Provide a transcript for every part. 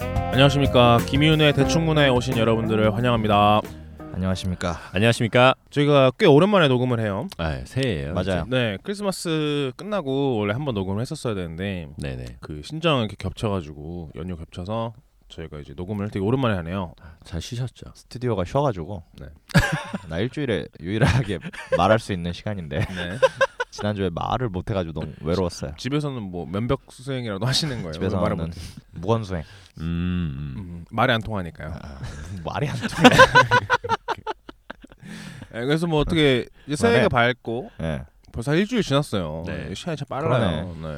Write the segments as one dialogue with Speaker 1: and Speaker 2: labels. Speaker 1: 안녕하십니까 김희훈의 대충문화에 오신 여러분들을 환영합니다.
Speaker 2: 안녕하십니까.
Speaker 3: 안녕하십니까?
Speaker 1: 저희가 꽤 오랜만에 녹음을 해요.
Speaker 3: 아, 새해예요.
Speaker 2: 맞아요.
Speaker 1: 네 크리스마스 끝나고 원래 한번 녹음을 했었어야 되는데
Speaker 3: 네, 네.
Speaker 1: 그 신정 이렇게 겹쳐가지고 연휴 겹쳐서 저희가 이제 녹음을 되게 오랜만에 하네요.
Speaker 3: 잘 쉬셨죠?
Speaker 2: 스튜디오가 쉬어가지고
Speaker 1: 네.
Speaker 2: 나 일주일에 유일하게 말할 수 있는 시간인데
Speaker 1: 네.
Speaker 2: 지난주에 말을 못해가지고 너무 외로웠어요.
Speaker 1: 집에서는 뭐 면벽 수행이라도 하시는 거예요.
Speaker 2: 집에서
Speaker 1: 말을
Speaker 2: 하는
Speaker 1: 못-
Speaker 2: 무건 수행.
Speaker 3: 음. 아.
Speaker 1: 음, 말이 안 통하니까요.
Speaker 2: 말이 안 돼.
Speaker 1: 네, 그래서 뭐 어떻게 이제 새해가
Speaker 2: 그러네.
Speaker 1: 밝고
Speaker 2: 예.
Speaker 1: 벌써 일주일 지났어요.
Speaker 3: 네.
Speaker 1: 시간이 참 빨라요. 네.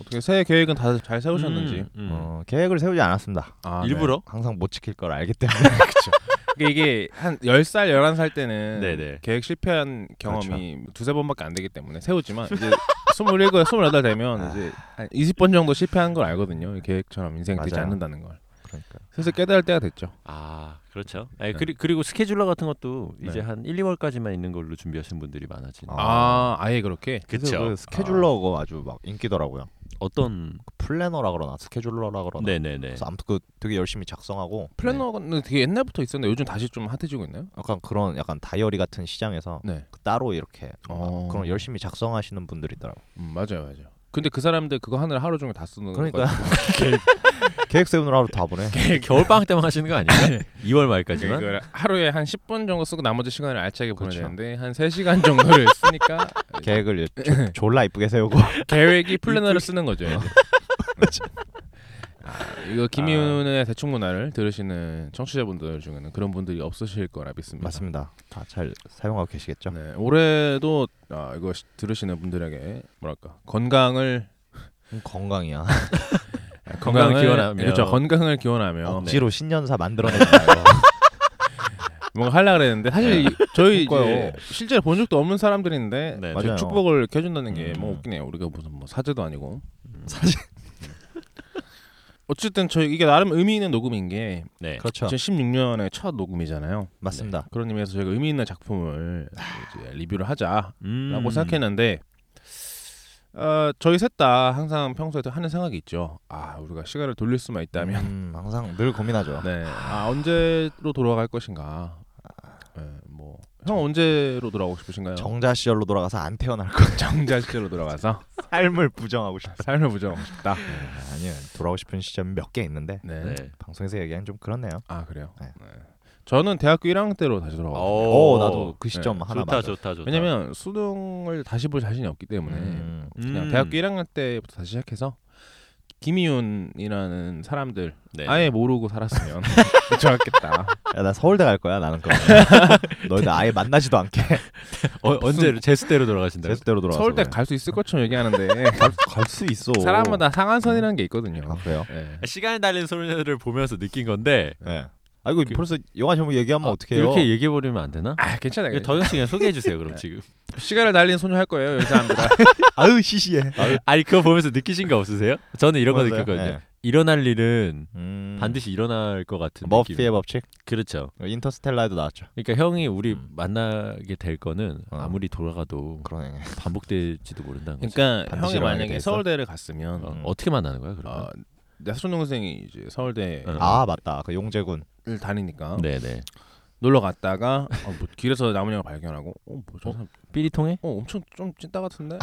Speaker 1: 어떻게 새해 계획은 다 잘 세우셨는지.
Speaker 2: 어, 계획을 세우지 않았습니다.
Speaker 1: 아,
Speaker 3: 음. 일부러?
Speaker 2: 항상 못 지킬 걸 알기 때문에
Speaker 1: 네. 이게 한 10살, 11살 때는
Speaker 3: 네네.
Speaker 1: 계획 실패한 경험이 뭐 두세 번밖에 안 되기 때문에 세우지만 이제 27, 28 되면 이제 한 20번 정도 실패한 걸 알거든요. 이 계획처럼 인생 되지
Speaker 2: 맞아요.
Speaker 1: 않는다는 걸.
Speaker 2: 그러니까
Speaker 1: 슬슬 깨달을 때가 됐죠.
Speaker 3: 아, 그렇죠. 아니,
Speaker 1: 네.
Speaker 3: 그리, 그리고 스케줄러 같은 것도
Speaker 1: 네.
Speaker 3: 이제 한 1, 2월까지만 있는 걸로 준비하신 분들이 많아진.
Speaker 2: 아.
Speaker 1: 아, 아예 그렇게?
Speaker 2: 그래서 그 스케줄러가 아. 주막 인기더라고요.
Speaker 3: 어떤
Speaker 2: 그 플래너라 그러나 스케줄러라 그러나.
Speaker 3: 네, 네, 네.
Speaker 2: 그래서 아무튼 그 되게 열심히 작성하고 네.
Speaker 1: 플래너는 되게 옛날부터 있었는데 요즘 다시 좀 핫해지고 있나요?
Speaker 2: 약간 그런 약간 다이어리 같은 시장에서
Speaker 1: 네.
Speaker 2: 그 따로 이렇게
Speaker 1: 어.
Speaker 2: 그런 열심히 작성하시는 분들이 있더라고. 요
Speaker 1: 음, 맞아요, 맞아요. 근데 그 사람들 그거 하느라 하루 종일 다 쓰는
Speaker 2: 그러니까
Speaker 1: 거니까.
Speaker 2: 계획 세우느라 하루 다 보내.
Speaker 3: 겨울 방학 때만 하시는 거
Speaker 1: 네.
Speaker 3: 아니에요? 2월 말까지만.
Speaker 1: 이걸 하루에 한 10분 정도 쓰고 나머지 시간을 알차게 보내야
Speaker 2: 그렇죠.
Speaker 1: 되는데 한 3시간 정도를 쓰니까
Speaker 2: 네. 계획을 조- 졸라 이쁘게 세우고
Speaker 1: 계획이 플래너를 쓰는 거죠. 이제. 아, 이거 김희훈의 대충 문화를 들으시는 청취자분들 중에는 그런 분들이 없으실 거라 믿습니다.
Speaker 2: 맞습니다. 다 잘 사용하고 계시겠죠?
Speaker 1: 네, 올해도 아, 이거 시- 들으시는 분들에게 뭐랄까 건강을
Speaker 2: 음, 건강이야.
Speaker 3: 건강을 기원하며.
Speaker 1: 그렇죠 건강을 기원하며 네,
Speaker 2: 억지로 신년사 만들어내지 말고.
Speaker 1: 뭔가 하려 그랬는데 사실 이- 저희 이제
Speaker 2: 그러니까요.
Speaker 1: 실제로 본 적도 없는 사람들인데
Speaker 3: 네,
Speaker 1: 지금
Speaker 2: 맞아요.
Speaker 1: 축복을 켜준다는 게
Speaker 2: 음.
Speaker 1: 뭐 웃기네요. 우리가 무슨 뭐 사제도 아니고 음.
Speaker 2: 사실
Speaker 1: 어쨌든 저희 이게 나름 의미 있는 녹음인 게
Speaker 3: 네.
Speaker 2: 그렇죠.
Speaker 1: 2016년에 첫 녹음이잖아요.
Speaker 2: 맞습니다.
Speaker 1: 그런 의미에서 저희가 의미 있는 작품을 이제 리뷰를 하자라고
Speaker 3: 음.
Speaker 1: 생각했는데 어, 저희 셋 다 항상 평소에 하는 생각이 있죠. 아 우리가 시간을 돌릴 수만 있다면
Speaker 2: 음, 항상 늘 고민하죠.
Speaker 1: 네. 아 언제로 돌아갈 것인가. 네, 뭐형 언제로 돌아오고 싶으신가요?
Speaker 2: 정자 시절로 돌아가서 안 태어날 거.
Speaker 1: 정자 시대로 돌아가서
Speaker 2: 삶을 부정하고 싶어.
Speaker 1: 삶을 부정하고 싶다.
Speaker 2: 아니요. 돌아오고 싶은 시점 몇 개 있는데
Speaker 1: 네.
Speaker 3: 네.
Speaker 2: 방송에서 얘기하기 좀 그렇네요.
Speaker 1: 아 그래요. 네.
Speaker 2: 네.
Speaker 1: 저는 대학교 1학년 때로 다시 돌아가. 요
Speaker 2: 오, 나도 그 시점
Speaker 1: 네,
Speaker 2: 하나
Speaker 3: 어, 좋다,
Speaker 2: 맞아.
Speaker 3: 좋다, 좋다.
Speaker 1: 왜냐면 수능을 다시 볼 자신이 없기 때문에
Speaker 2: 음,
Speaker 1: 그냥
Speaker 3: 음.
Speaker 1: 대학교 1학년 때부터 다시 시작해서 김희윤이라는 사람들
Speaker 3: 네.
Speaker 1: 아예 모르고 살았으면 좋았겠다.
Speaker 2: 야, 나 서울대 갈 거야. 나는 그럼. 너희들 아예 만나지도 않게
Speaker 3: 어, 언제 제수 때로 돌아가신다. 고
Speaker 2: 제주대로 돌아가.
Speaker 1: 서울대 갈 수 있을 것처럼 얘기하는데
Speaker 2: 갈수 있어.
Speaker 1: 사람마다 상한선이라는 게 있거든요.
Speaker 2: 아, 그래요?
Speaker 1: 네.
Speaker 3: 시간이 달린 소녀들을 보면서 느낀 건데
Speaker 2: 네. 아 이거 벌써 영화 제목 얘기하면 어떻게 해요?
Speaker 3: 이렇게 얘기해 버리면 안 되나?
Speaker 1: 아 괜찮아요.
Speaker 3: 더 현씨 그냥 소개해 주세요. 그럼 지금.
Speaker 1: 시간을 달리는 소녀 할 거예요. 여기 사람들.
Speaker 2: 아유 시시해.
Speaker 1: 네.
Speaker 3: 아니 그거 보면서 느끼신 거 없으세요? 저는 이런 거
Speaker 2: 맞아요.
Speaker 3: 느꼈거든요.
Speaker 2: 네.
Speaker 3: 일어날 일은
Speaker 2: 음, 그
Speaker 3: 반드시 일어날 것 같은
Speaker 2: 머피의
Speaker 3: 느낌.
Speaker 2: 법칙.
Speaker 3: 그렇죠.
Speaker 2: 인터스텔라에도 나왔죠.
Speaker 3: 그러니까 형이 우리
Speaker 2: 음.
Speaker 3: 만나게 될 거는
Speaker 2: 어.
Speaker 3: 아무리 돌아가도
Speaker 2: 그러네.
Speaker 3: 반복될지도 모른다는 거죠.
Speaker 1: 그러니까
Speaker 2: 반드시
Speaker 1: 형이
Speaker 2: 일어나게
Speaker 1: 만약에
Speaker 2: 돼 있어?
Speaker 1: 서울대를 갔으면
Speaker 3: 어,
Speaker 2: 음.
Speaker 3: 어떻게 만나는 거야 그러면?
Speaker 1: 어, 내 사촌동생이 이제 서울대를
Speaker 3: 어.
Speaker 2: 아 맞다. 그 용재군.
Speaker 1: 다니니까
Speaker 3: 네네.
Speaker 1: 놀러 갔다가 어, 뭐 길에서 남은 형을 발견하고 어, 뭐 저 사람
Speaker 3: 삐리통해?
Speaker 1: 어 엄청 좀 찐따 같은데.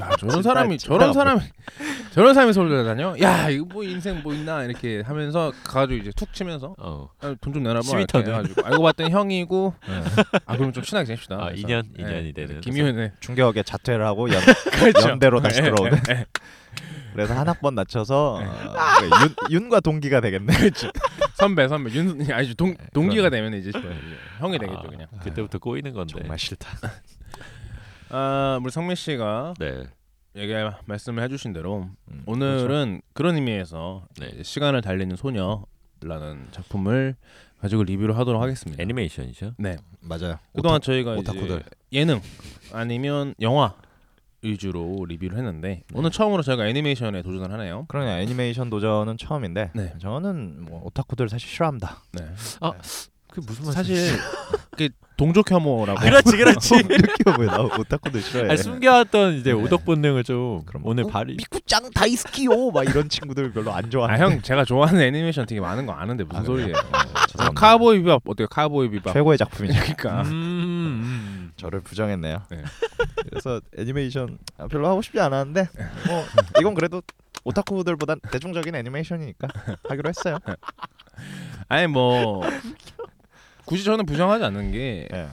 Speaker 1: 야 저런 사람이
Speaker 2: 찐따
Speaker 1: 저런
Speaker 3: 뭐.
Speaker 2: 같고.
Speaker 1: 사람이 저런 사람이 서울대 다녀? 야 이거 뭐 인생 뭐 있나 이렇게 하면서 가가지고 이제 툭 치면서 아,
Speaker 3: 어.
Speaker 1: 돈 좀 내놔봐 이렇게
Speaker 3: 시비터네.
Speaker 1: 해가지고 알고 봤더니 형이고 아 그럼 좀 친하게 지냅시다.
Speaker 3: 네. 아,
Speaker 1: 그래서,
Speaker 3: 인연,
Speaker 1: 예,
Speaker 3: 인연이 되는.
Speaker 1: 김희훈의
Speaker 2: 충격에 자퇴를 하고 연, 연대로 다시 돌아오는. 그래서 한 학번 낮춰서 어, 그래, 윤, 윤과 동기가 되겠네.
Speaker 1: 선배 선배 윤 아니 동 동기가
Speaker 3: 네, 그럼요.
Speaker 1: 되면 이제 형이 되겠죠 그냥.
Speaker 3: 아, 그때부터 꼬이는 건데.
Speaker 2: 정말 싫다.
Speaker 1: 아 우리 성민 씨가
Speaker 3: 네.
Speaker 1: 얘기 말씀을 해주신 대로
Speaker 2: 음,
Speaker 1: 오늘은 그런 의미에서
Speaker 3: 그렇죠. 네.
Speaker 1: 이제 시간을 달리는 소녀라는 작품을 가지고 리뷰를 하도록 하겠습니다.
Speaker 3: 애니메이션이죠.
Speaker 1: 네.
Speaker 2: 그렇죠. 맞아요.
Speaker 1: 그동안 저희가
Speaker 2: 오타쿠들.
Speaker 1: 이제 예능 아니면 영화 위주로 리뷰를
Speaker 2: 네.
Speaker 1: 했는데 오늘 처음으로 저희가 애니메이션에 도전을 하네요.
Speaker 2: 그러냐 애니메이션 도전은 처음인데
Speaker 1: 네.
Speaker 2: 저는 뭐 오타쿠들 사실 싫어합니다.
Speaker 1: 네.
Speaker 3: 그 무슨
Speaker 1: 사실 그 네. 동족
Speaker 2: 아,
Speaker 1: 혐오라고.
Speaker 3: 그렇지
Speaker 2: 뭐
Speaker 3: 그렇지.
Speaker 2: 이렇게 왜 나오 오타쿠도 싫어해.
Speaker 3: 아니, 숨겨왔던
Speaker 1: 네.
Speaker 3: 이제 오덕 본능을 좀
Speaker 2: 그럼
Speaker 3: 오늘
Speaker 2: 어,
Speaker 3: 발이
Speaker 2: 미쿠짱 다이스키요 막 이런 친구들 별로 안 좋아하는.
Speaker 1: 아형 제가 좋아하는 애니메이션 되게 많은 거 아는데 무슨
Speaker 2: 아, 그래요?
Speaker 1: 소리예요? 어,
Speaker 2: 죄송합니다.
Speaker 1: 카우보이 비밥 어때요? 카우보이 비밥.
Speaker 2: 최고의 작품이죠.
Speaker 1: 그러니까.
Speaker 3: 음.
Speaker 2: 저를 부정했네요.
Speaker 1: 네.
Speaker 2: 그래서 애니메이션 아, 별로 하고 싶지 않았는데 뭐 이건 그래도 오타쿠들보단 대중적인 애니메이션이니까 하기로 했어요.
Speaker 1: 아니 뭐 굳이 저는 부정하지 않는 게
Speaker 2: 예.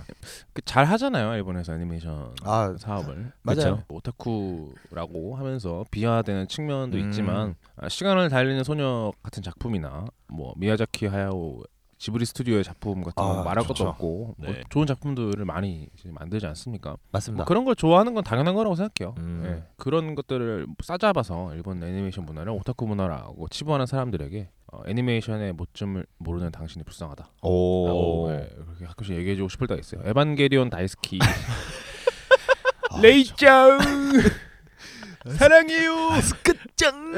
Speaker 1: 그잘 하잖아요 일본에서 애니메이션
Speaker 2: 아
Speaker 1: 사업을
Speaker 2: 맞아요.
Speaker 1: 그쵸? 오타쿠라고 하면서 비하되는 측면도
Speaker 2: 음.
Speaker 1: 있지만 아, 시간을 달리는 소녀 같은 작품이나 뭐 미야자키 하야오 지브리 스튜디오의 작품 같은 거
Speaker 2: 아,
Speaker 1: 말할 것도
Speaker 2: 좋죠.
Speaker 1: 없고 뭐
Speaker 3: 네.
Speaker 1: 좋은 작품들을 많이 이제 만들지 않습니까?
Speaker 2: 맞습니다.
Speaker 1: 뭐 그런 걸 좋아하는 건 당연한 거라고 생각해요.
Speaker 2: 네. 음.
Speaker 1: 예. 그런 것들을 싸잡아서 일본 애니메이션 문화를 오타쿠 문화라고 치부하는 사람들에게 어, 애니메이션의 모점을 모르는 당신이 불쌍하다.
Speaker 2: 오.
Speaker 1: 라고 예, 그렇게 가끔씩 얘기해주고 싶을 때가 있어요. 에반게리온 다이스키
Speaker 2: 아,
Speaker 1: 레이짱 사랑해요.
Speaker 2: 끝장.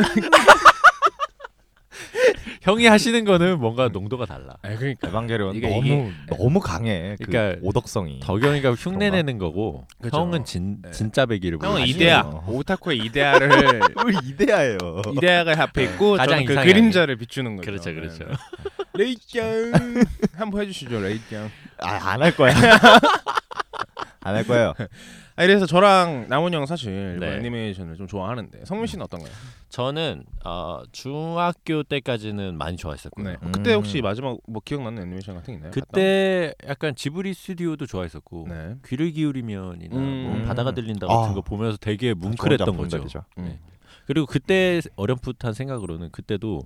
Speaker 3: 형이 하시는 거는 뭔가 농도가 달라.
Speaker 1: 아 그러니까
Speaker 2: 에반게리온
Speaker 1: 이게-
Speaker 2: 너무
Speaker 1: 이게-
Speaker 2: 너무 강해. 그
Speaker 3: 그러니까
Speaker 2: 오덕성이.
Speaker 3: 덕영이가 흉내
Speaker 2: 그런가?
Speaker 3: 내는 거고
Speaker 1: 그죠.
Speaker 3: 형은 진
Speaker 1: 네.
Speaker 3: 진짜 배기를
Speaker 1: 형은
Speaker 3: 보여주시는
Speaker 1: 이데아
Speaker 3: 거예요.
Speaker 1: 오타쿠의 이데아를
Speaker 2: 우리 이데아예요.
Speaker 1: 이데아가 앞에 있고
Speaker 3: 가장
Speaker 1: 저는 그
Speaker 3: 이상형이.
Speaker 1: 그림자를 비추는 거죠.
Speaker 3: 그렇죠 그렇죠.
Speaker 1: 네. 레이짱 한번 해주시죠 레이짱.
Speaker 2: 아안 할 거야. 안 할 거예요.
Speaker 1: 아 그래서 저랑 남훈이 형 사실 일본
Speaker 3: 네.
Speaker 1: 애니메이션을 좀 좋아하는데 성민 씨는 어떤가요?
Speaker 3: 저는 어, 중학교 때까지는 많이 좋아했었고요.
Speaker 1: 네.
Speaker 2: 음.
Speaker 1: 그때 혹시 마지막 뭐 기억나는 애니메이션 같은 게
Speaker 2: 네,
Speaker 1: 있나요?
Speaker 3: 그때 약간 지브리 스튜디오도 좋아했었고
Speaker 1: 갔다 온- 네.
Speaker 3: 귀를 기울이면이나
Speaker 1: 음.
Speaker 3: 뭐 바다가 들린다
Speaker 2: 아.
Speaker 3: 같은 거 보면서 되게
Speaker 2: 좋은 음.
Speaker 3: 뭉클했던 거죠.
Speaker 2: 작품들이죠.
Speaker 1: 음.
Speaker 3: 그리고 그때 어렴풋한 생각으로는 그때도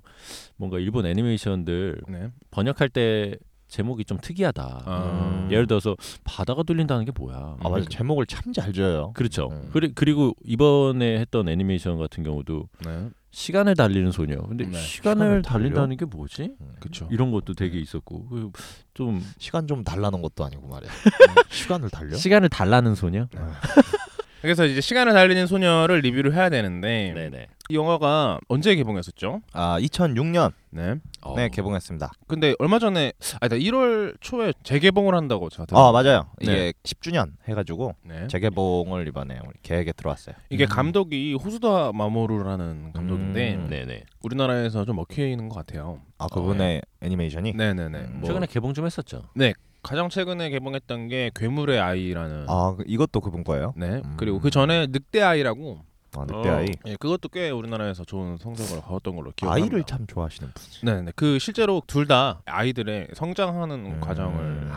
Speaker 3: 뭔가 일본 애니메이션들
Speaker 1: 네.
Speaker 3: 번역할 때 제목이 좀 특이하다.
Speaker 1: 아.
Speaker 2: 음.
Speaker 3: 예를 들어서 바다가 들린다는 게 뭐야?
Speaker 2: 아 맞아 제목을 참 잘 줘요.
Speaker 3: 그렇죠.
Speaker 2: 음.
Speaker 3: 그리, 그리고 이번에 했던 애니메이션 같은 경우도
Speaker 1: 네.
Speaker 3: 시간을 달리는 소녀. 근데
Speaker 1: 네.
Speaker 3: 시간을
Speaker 2: 시간을 달려? 음. 네.
Speaker 3: 달린다는 게 뭐지?
Speaker 1: 그렇죠.
Speaker 3: 이런 것도 되게 있었고 그리고 좀
Speaker 2: 시간 좀 달라는 것도 아니고 말이야. 시간을 달려?
Speaker 3: 시간을 달라는 소녀.
Speaker 1: 그래서 이제 시간을 달리는 소녀를 리뷰를 해야 되는데
Speaker 3: 네네.
Speaker 1: 이 영화가 언제 개봉했었죠?
Speaker 2: 아 2006년
Speaker 1: 네.
Speaker 2: 네 개봉했습니다.
Speaker 1: 근데 얼마 전에 아니다 1월 초에 재개봉을 한다고 제가
Speaker 2: 아
Speaker 1: 들었어요.
Speaker 2: 맞아요.
Speaker 1: 네.
Speaker 2: 이게 10주년 해가지고
Speaker 1: 네.
Speaker 2: 재개봉을 이번에 우리 계획에 들어왔어요.
Speaker 1: 이게 감독이 호수다 마모루라는 감독인데
Speaker 2: 음.
Speaker 3: 네네.
Speaker 1: 우리나라에서 좀 먹히는 것 같아요.
Speaker 2: 아 그분의 애니메이션이
Speaker 1: 네네네.
Speaker 2: 음.
Speaker 1: 뭐
Speaker 3: 최근에 개봉 좀 했었죠.
Speaker 1: 가장 최근에 개봉했던 게 괴물의 아이라는
Speaker 2: 아 그- 이것도 그분 거예요?
Speaker 1: 네
Speaker 2: 음.
Speaker 1: 그리고 그 전에 늑대 아이라고
Speaker 2: 아, 늑대
Speaker 3: 어.
Speaker 2: 아이.
Speaker 1: 예 그것도 꽤 우리나라에서 좋은 성적을 거뒀던 걸로 기억합니다.
Speaker 2: 아이를 참 좋아하시는 분.
Speaker 1: 네네 그 실제로 둘 다 아이들의 성장하는
Speaker 2: 음.
Speaker 1: 과정을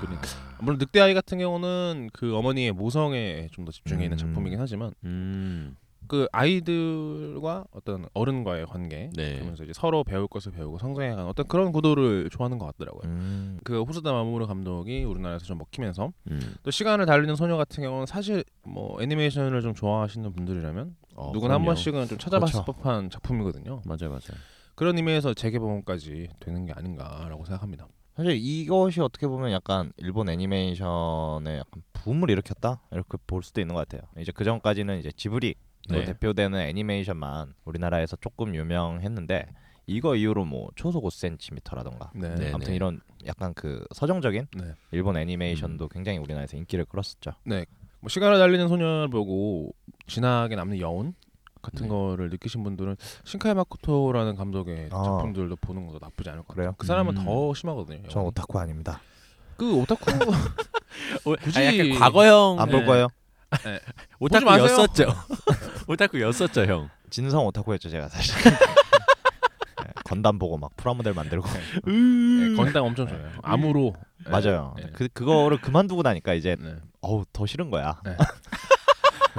Speaker 1: 그린- 물론 늑대 아이 같은 경우는 그 어머니의 모성에 좀 더 집중해 있는
Speaker 2: 음.
Speaker 1: 작품이긴 하지만
Speaker 3: 음.
Speaker 1: 그 아이들과 어떤 어른과의 관계
Speaker 3: 네.
Speaker 1: 그러면서 이제 서로 배울 것을 배우고 성장해가는 어떤 그런 구도를 좋아하는 것 같더라고요.
Speaker 2: 음.
Speaker 1: 그 호소다 마모루 감독이 우리나라에서 좀 먹히면서
Speaker 3: 음.
Speaker 1: 또 시간을 달리는 소녀 같은 경우는 사실 뭐 애니메이션을 좀 좋아하시는 분들이라면
Speaker 3: 어,
Speaker 1: 누구나 한
Speaker 3: 그럼요.
Speaker 1: 번씩은 좀 찾아봤을
Speaker 2: 그렇죠.
Speaker 1: 법한 작품이거든요.
Speaker 3: 맞아요, 맞아요.
Speaker 1: 그런 의미에서 재개봉까지 되는 게 아닌가라고 생각합니다.
Speaker 2: 사실 이것이 어떻게 보면 약간 일본 애니메이션의 약간 붐을 일으켰다 이렇게 볼 수도 있는 것 같아요. 이제 그 전까지는 이제 지브리 로
Speaker 3: 네.
Speaker 2: 대표되는 애니메이션만 우리나라에서 조금 유명했는데 이거 이후로 뭐 초속 5cm라던가
Speaker 1: 네.
Speaker 3: 네.
Speaker 2: 아무튼 이런 약간 그 서정적인
Speaker 1: 네.
Speaker 2: 일본
Speaker 1: 음.
Speaker 2: 애니메이션도 굉장히 우리나라에서 인기를 끌었었죠.
Speaker 1: 뭐 시간을 달리는 소녀를 보고 진하게 남는 여운 같은
Speaker 3: 네.
Speaker 1: 거를 느끼신 분들은 신카이 마코토라는 감독의
Speaker 2: 아.
Speaker 1: 작품들도 보는 것도 나쁘지 않을 것 같아요.
Speaker 2: 그래요?
Speaker 1: 그 사람은
Speaker 3: 음.
Speaker 1: 더 심하거든요.
Speaker 2: 네. 전 오타쿠 아닙니다.
Speaker 1: 그 오타쿠 굳이-
Speaker 3: 아, 약간 과거형
Speaker 2: 안 볼
Speaker 1: 네.
Speaker 2: 거예요.
Speaker 1: 보지 마세요.
Speaker 3: 오타쿠였었죠. 오타쿠였었죠, 형.
Speaker 2: 진성 오타쿠였죠 제가 사실. 네, 건담 보고 막 프라모델 만들고
Speaker 1: 네, 건담 엄청 좋아요. 암으로 네.
Speaker 2: 맞아요.
Speaker 1: 네.
Speaker 2: 그 그거를 그만두고 나니까 이제
Speaker 1: 네.
Speaker 2: 어우 더 싫은 거야.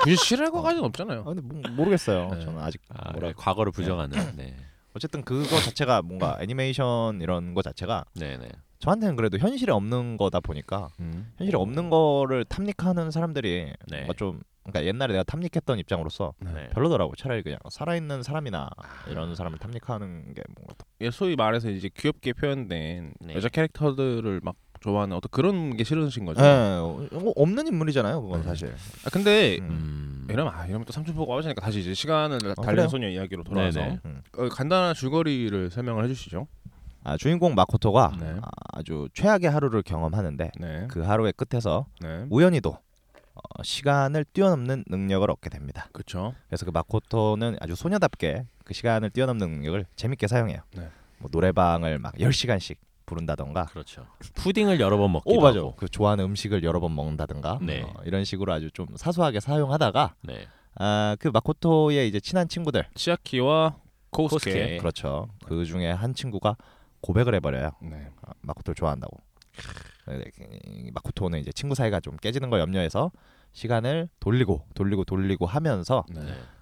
Speaker 1: 굳이 싫어할 것까지는 없잖아요.
Speaker 2: 아, 근데 뭐, 모르겠어요.
Speaker 1: 네.
Speaker 2: 저는 아직
Speaker 3: 아,
Speaker 2: 뭐라
Speaker 3: 네, 과거를 부정하는. 네.
Speaker 2: 어쨌든 그거 자체가 뭔가 애니메이션 이런 거 자체가
Speaker 3: 네, 네.
Speaker 2: 저한테는 그래도 현실에 없는 거다 보니까
Speaker 1: 음.
Speaker 2: 현실에 없는 거를 탐닉하는 사람들이
Speaker 3: 네.
Speaker 2: 뭔가 좀 그러니까 옛날에 내가 탐닉했던 입장으로서
Speaker 3: 네.
Speaker 2: 별로더라고. 차라리 그냥 살아있는 사람이나 이런 사람을 탐닉하는 게 뭔가 더-
Speaker 1: 예, 소위 말해서 이제 귀엽게 표현된
Speaker 3: 네.
Speaker 1: 여자 캐릭터들을 막 좋아하는 어떤 그런 게 싫으신 거죠.
Speaker 2: 예, 어, 이거 음. 없는 인물이잖아요. 그건
Speaker 1: 네.
Speaker 2: 사실.
Speaker 1: 아, 근데
Speaker 2: 음.
Speaker 3: 음.
Speaker 1: 이러면 아 이러면 또 삼촌 보고 와보시니까 다시 이제 시간을 달리는
Speaker 2: 그래요?
Speaker 1: 소녀 이야기로 돌아와서
Speaker 3: 아, 네네.
Speaker 2: 음.
Speaker 1: 어, 간단한 줄거리를 설명을 해주시죠.
Speaker 2: 아, 주인공 마코토가
Speaker 1: 네.
Speaker 2: 아, 아주 최악의 하루를 경험하는데
Speaker 1: 네.
Speaker 2: 그 하루의 끝에서
Speaker 1: 네.
Speaker 2: 우연히도 어, 시간을 뛰어넘는 능력을 얻게 됩니다.
Speaker 1: 그렇죠.
Speaker 2: 그래서 그 마코토는 아주 소녀답게 그 시간을 뛰어넘는 능력을 재밌게 사용해요.
Speaker 1: 네.
Speaker 2: 뭐 노래방을 막 10시간씩 부른다던가
Speaker 3: 그렇죠. 푸딩을 여러 번 먹기도
Speaker 2: 오 맞아.
Speaker 3: 하고.
Speaker 2: 그 좋아하는 음식을 여러 번 먹는다든가
Speaker 3: 네.
Speaker 2: 어, 이런 식으로 아주 좀 사소하게 사용하다가
Speaker 3: 네.
Speaker 2: 아, 그 마코토의 이제 친한 친구들
Speaker 1: 치아키와 코스케.
Speaker 3: 코스케.
Speaker 2: 그렇죠. 그 중에 한 친구가 고백을 해버려요.
Speaker 1: 네.
Speaker 2: 아, 마코토를 좋아한다고. 네, 이 마코토는 이제 친구 사이가 좀 깨지는 걸 염려해서 시간을 돌리고 돌리고 돌리고 하면서
Speaker 1: 네.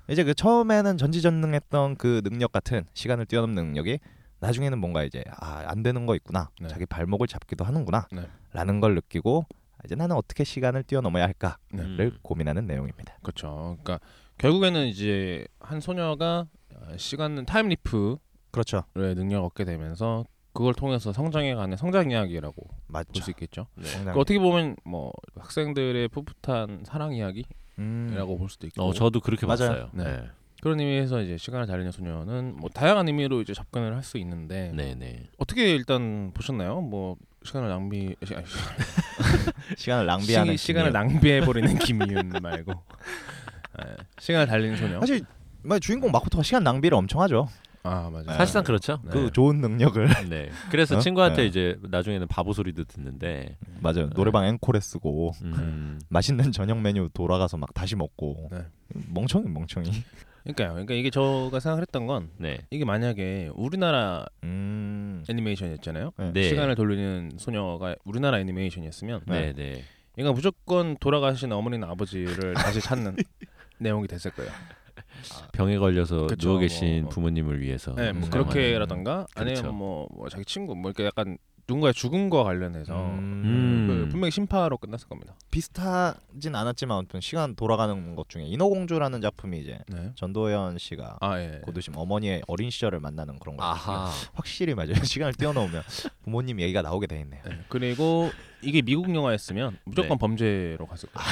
Speaker 2: 이제 그 처음에는 전지전능했던 그 능력 같은 시간을 뛰어넘는 능력이 나중에는 뭔가 이제 아 안 되는 거 있구나
Speaker 1: 네.
Speaker 2: 자기 발목을 잡기도 하는구나
Speaker 1: 네.
Speaker 2: 라는 걸 느끼고 이제 나는 어떻게 시간을 뛰어넘어야 할까를
Speaker 1: 네.
Speaker 3: 음.
Speaker 2: 고민하는 내용입니다.
Speaker 1: 그렇죠. 그러니까 결국에는 이제 한 소녀가 어, 시간은 타임리프의
Speaker 2: 그렇죠.
Speaker 1: 능력을 얻게 되면서 그걸 통해서 성장해 가는 성장 이야기라고 볼
Speaker 2: 맞죠.
Speaker 1: 수 있겠죠.
Speaker 3: 네.
Speaker 2: 성장.
Speaker 1: 그러니까 어떻게 보면 뭐 학생들의 풋풋한 사랑 이야기라고
Speaker 2: 음,
Speaker 1: 볼 수도 있고.
Speaker 3: 어 저도 그렇게
Speaker 2: 맞아요.
Speaker 3: 봤어요.
Speaker 1: 네.
Speaker 3: 네.
Speaker 1: 그런 의미에서 이제 시간을 달리는 소녀는 뭐 다양한 의미로 이제 접근을 할 수 있는데
Speaker 3: 네, 네.
Speaker 1: 어떻게 일단 보셨나요? 뭐 시간을 낭비 시, 아니,
Speaker 2: 시간을 낭비하는
Speaker 1: 시, 간을
Speaker 2: 기분.
Speaker 1: 낭비해 버리는 김이윤 말고 예, 시간을 달리는 소녀.
Speaker 2: 사실 뭐 주인공 마코토가 시간 낭비를 엄청 하죠.
Speaker 1: 아 맞아요.
Speaker 3: 사실상 그렇죠.
Speaker 1: 네.
Speaker 2: 그 좋은 능력을
Speaker 3: 네. 그래서
Speaker 2: 어?
Speaker 3: 친구한테
Speaker 2: 네.
Speaker 3: 이제 나중에는 바보 소리도 듣는데
Speaker 1: 네.
Speaker 2: 맞아요. 노래방 앵콜에 쓰고
Speaker 3: 음,
Speaker 2: 맛있는 저녁 메뉴 돌아가서 막 다시 먹고
Speaker 1: 네.
Speaker 2: 멍청이 멍청이.
Speaker 1: 그러니까요. 그러니까 이게 제가 생각했던 건
Speaker 3: 네.
Speaker 1: 이게 만약에 우리나라
Speaker 2: 음.
Speaker 1: 애니메이션이었잖아요.
Speaker 3: 네.
Speaker 1: 시간을 돌리는 소녀가 우리나라 애니메이션이었으면
Speaker 3: 네, 네.
Speaker 1: 얘가 무조건 돌아가신 어머니나 아버지를 다시 찾는 내용이 됐을 거예요.
Speaker 3: 병에 걸려서
Speaker 1: 그쵸,
Speaker 3: 누워 계신
Speaker 1: 뭐, 뭐.
Speaker 3: 부모님을 위해서
Speaker 1: 네, 뭐
Speaker 3: 음,
Speaker 1: 그렇게라던가 아니면
Speaker 3: 그렇죠.
Speaker 1: 뭐, 뭐 자기 친구 뭐 이렇게 약간 누군가의 죽음과 관련해서
Speaker 2: 음.
Speaker 1: 그 분명히 심파로 끝났을 겁니다.
Speaker 2: 비슷하진 않았지만 아무튼 시간 돌아가는 것 중에 인어공주라는 작품이 이제
Speaker 1: 네.
Speaker 2: 전도연 씨가
Speaker 1: 아 예.
Speaker 2: 고두심 어머니의 어린 시절을 만나는 그런 거
Speaker 3: 아하.
Speaker 2: 확실히 맞아요. 시간을 뛰어넘으면 부모님 얘기가 나오게 돼 있네요.
Speaker 1: 네. 그리고 이게 미국 영화였으면 무조건
Speaker 3: 네. 아,
Speaker 1: 범죄로 갔을 거예요.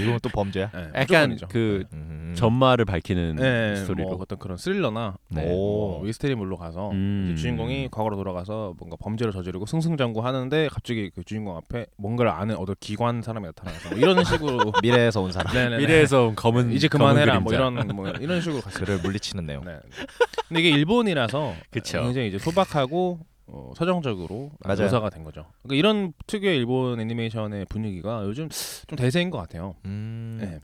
Speaker 2: 이건 또 범죄야?
Speaker 1: 네,
Speaker 3: 약간
Speaker 1: 무조건이죠.
Speaker 3: 그
Speaker 2: 음.
Speaker 3: 전말을 밝히는
Speaker 1: 네,
Speaker 3: 스토리로.
Speaker 1: 뭐 어떤 그런 스릴러나
Speaker 3: 네.
Speaker 1: 뭐
Speaker 2: 오.
Speaker 1: 미스테리물로 가서
Speaker 3: 음.
Speaker 1: 이제 주인공이 과거로 돌아가서 뭔가 범죄를 저지르고 승승장구하는데 갑자기 그 주인공 앞에 뭔가를 아는 어떤 기관 사람이 나타나서 뭐 이런 식으로
Speaker 2: 미래에서 온 사람
Speaker 1: 네네네.
Speaker 3: 미래에서 온 검은
Speaker 1: 이제
Speaker 3: 검은
Speaker 1: 그만해라 뭐
Speaker 3: 그림자.
Speaker 1: 이런 뭐 이런 식으로 갔어요.
Speaker 2: 그를 물리치는 내용.
Speaker 1: 네. 근데 이게 일본이라서
Speaker 3: 그쵸.
Speaker 1: 굉장히 이제 소박하고 어, 서정적으로
Speaker 2: 맞아요.
Speaker 1: 묘사가 된 거죠. 그러니까 이런 특유의 일본 애니메이션의 분위기가 요즘 좀 대세인 것 같아요.
Speaker 2: 음.
Speaker 1: 네.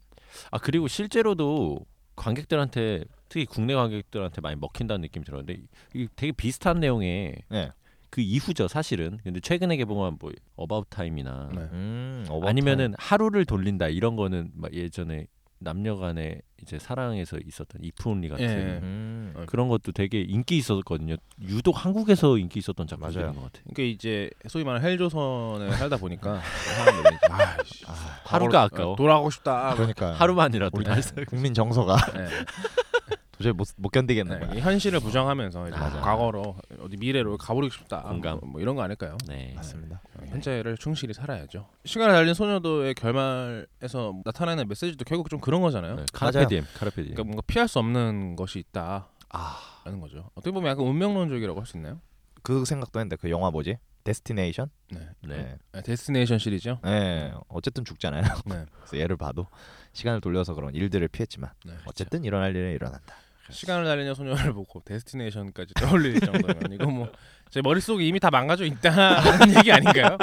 Speaker 3: 아 그리고 실제로도 관객들한테 특히 국내 관객들한테 많이 먹힌다는 느낌이 들었는데 이 되게 비슷한 내용의
Speaker 2: 네.
Speaker 3: 그 이후죠 사실은 근데 최근에 개봉한 뭐 어바웃 타임이나
Speaker 1: 네.
Speaker 2: 음, 어바웃
Speaker 3: 아니면은 하루를 돌린다 이런 거는 막 예전에 남녀간의 이제 사랑에서 있었던 이프온리 같은
Speaker 2: 타임.
Speaker 1: 예.
Speaker 2: 음.
Speaker 3: 그런 것도 되게 인기 있었거든요 유독 한국에서 인기 있었던 작품인
Speaker 2: 맞아요.
Speaker 3: 것 같아요
Speaker 1: 그러니까 이제 소위 말하는 헬조선에 살다 보니까 사람들이 이제 아이씨,
Speaker 2: 아,
Speaker 3: 하루가 아까워
Speaker 1: 어, 돌아가고 싶다.
Speaker 2: 그러니까
Speaker 3: 하루만이라도
Speaker 2: 우리
Speaker 3: 날
Speaker 2: 국민 정서가
Speaker 1: 네.
Speaker 2: 도저히 못, 못 견디겠는
Speaker 1: 네.
Speaker 2: 거야.
Speaker 1: 이 현실을 부정하면서 이제
Speaker 3: 맞아요.
Speaker 1: 과거로 어디 미래로 가버리고 싶다.
Speaker 3: 공감.
Speaker 1: 뭐, 뭐 이런 거 아닐까요?
Speaker 3: 네.
Speaker 2: 맞습니다.
Speaker 1: 현재를 충실히 살아야죠. 시간을 달린 소녀도의 결말에서 나타나는 메시지도 결국 좀 그런 거잖아요.
Speaker 3: 네, 카르페디엠 카르페디엠
Speaker 1: 그러니까 뭔가 피할 수 없는 것이 있다. 라는 거죠. 어떻게 보면 약간 운명론적이라고 할 수 있나요?
Speaker 2: 아, 그 생각도 했는데 그 영화 뭐지? 데스티네이션?
Speaker 1: 네.
Speaker 3: 네.
Speaker 1: 아, 데스티네이션 시리즈요.
Speaker 2: 네. 어쨌든 죽잖아요.
Speaker 1: 네.
Speaker 2: 그래서 얘를 봐도 시간을 돌려서 그런 일들을 피했지만
Speaker 1: 네.
Speaker 2: 어쨌든 일어날 일은 일어난다.
Speaker 1: 시간을 달리는 소녀를 보고 데스티네이션까지 떠올릴 정도면 이거 뭐 제 머릿속이 이미 다 망가져 있다는 얘기 아닌가요?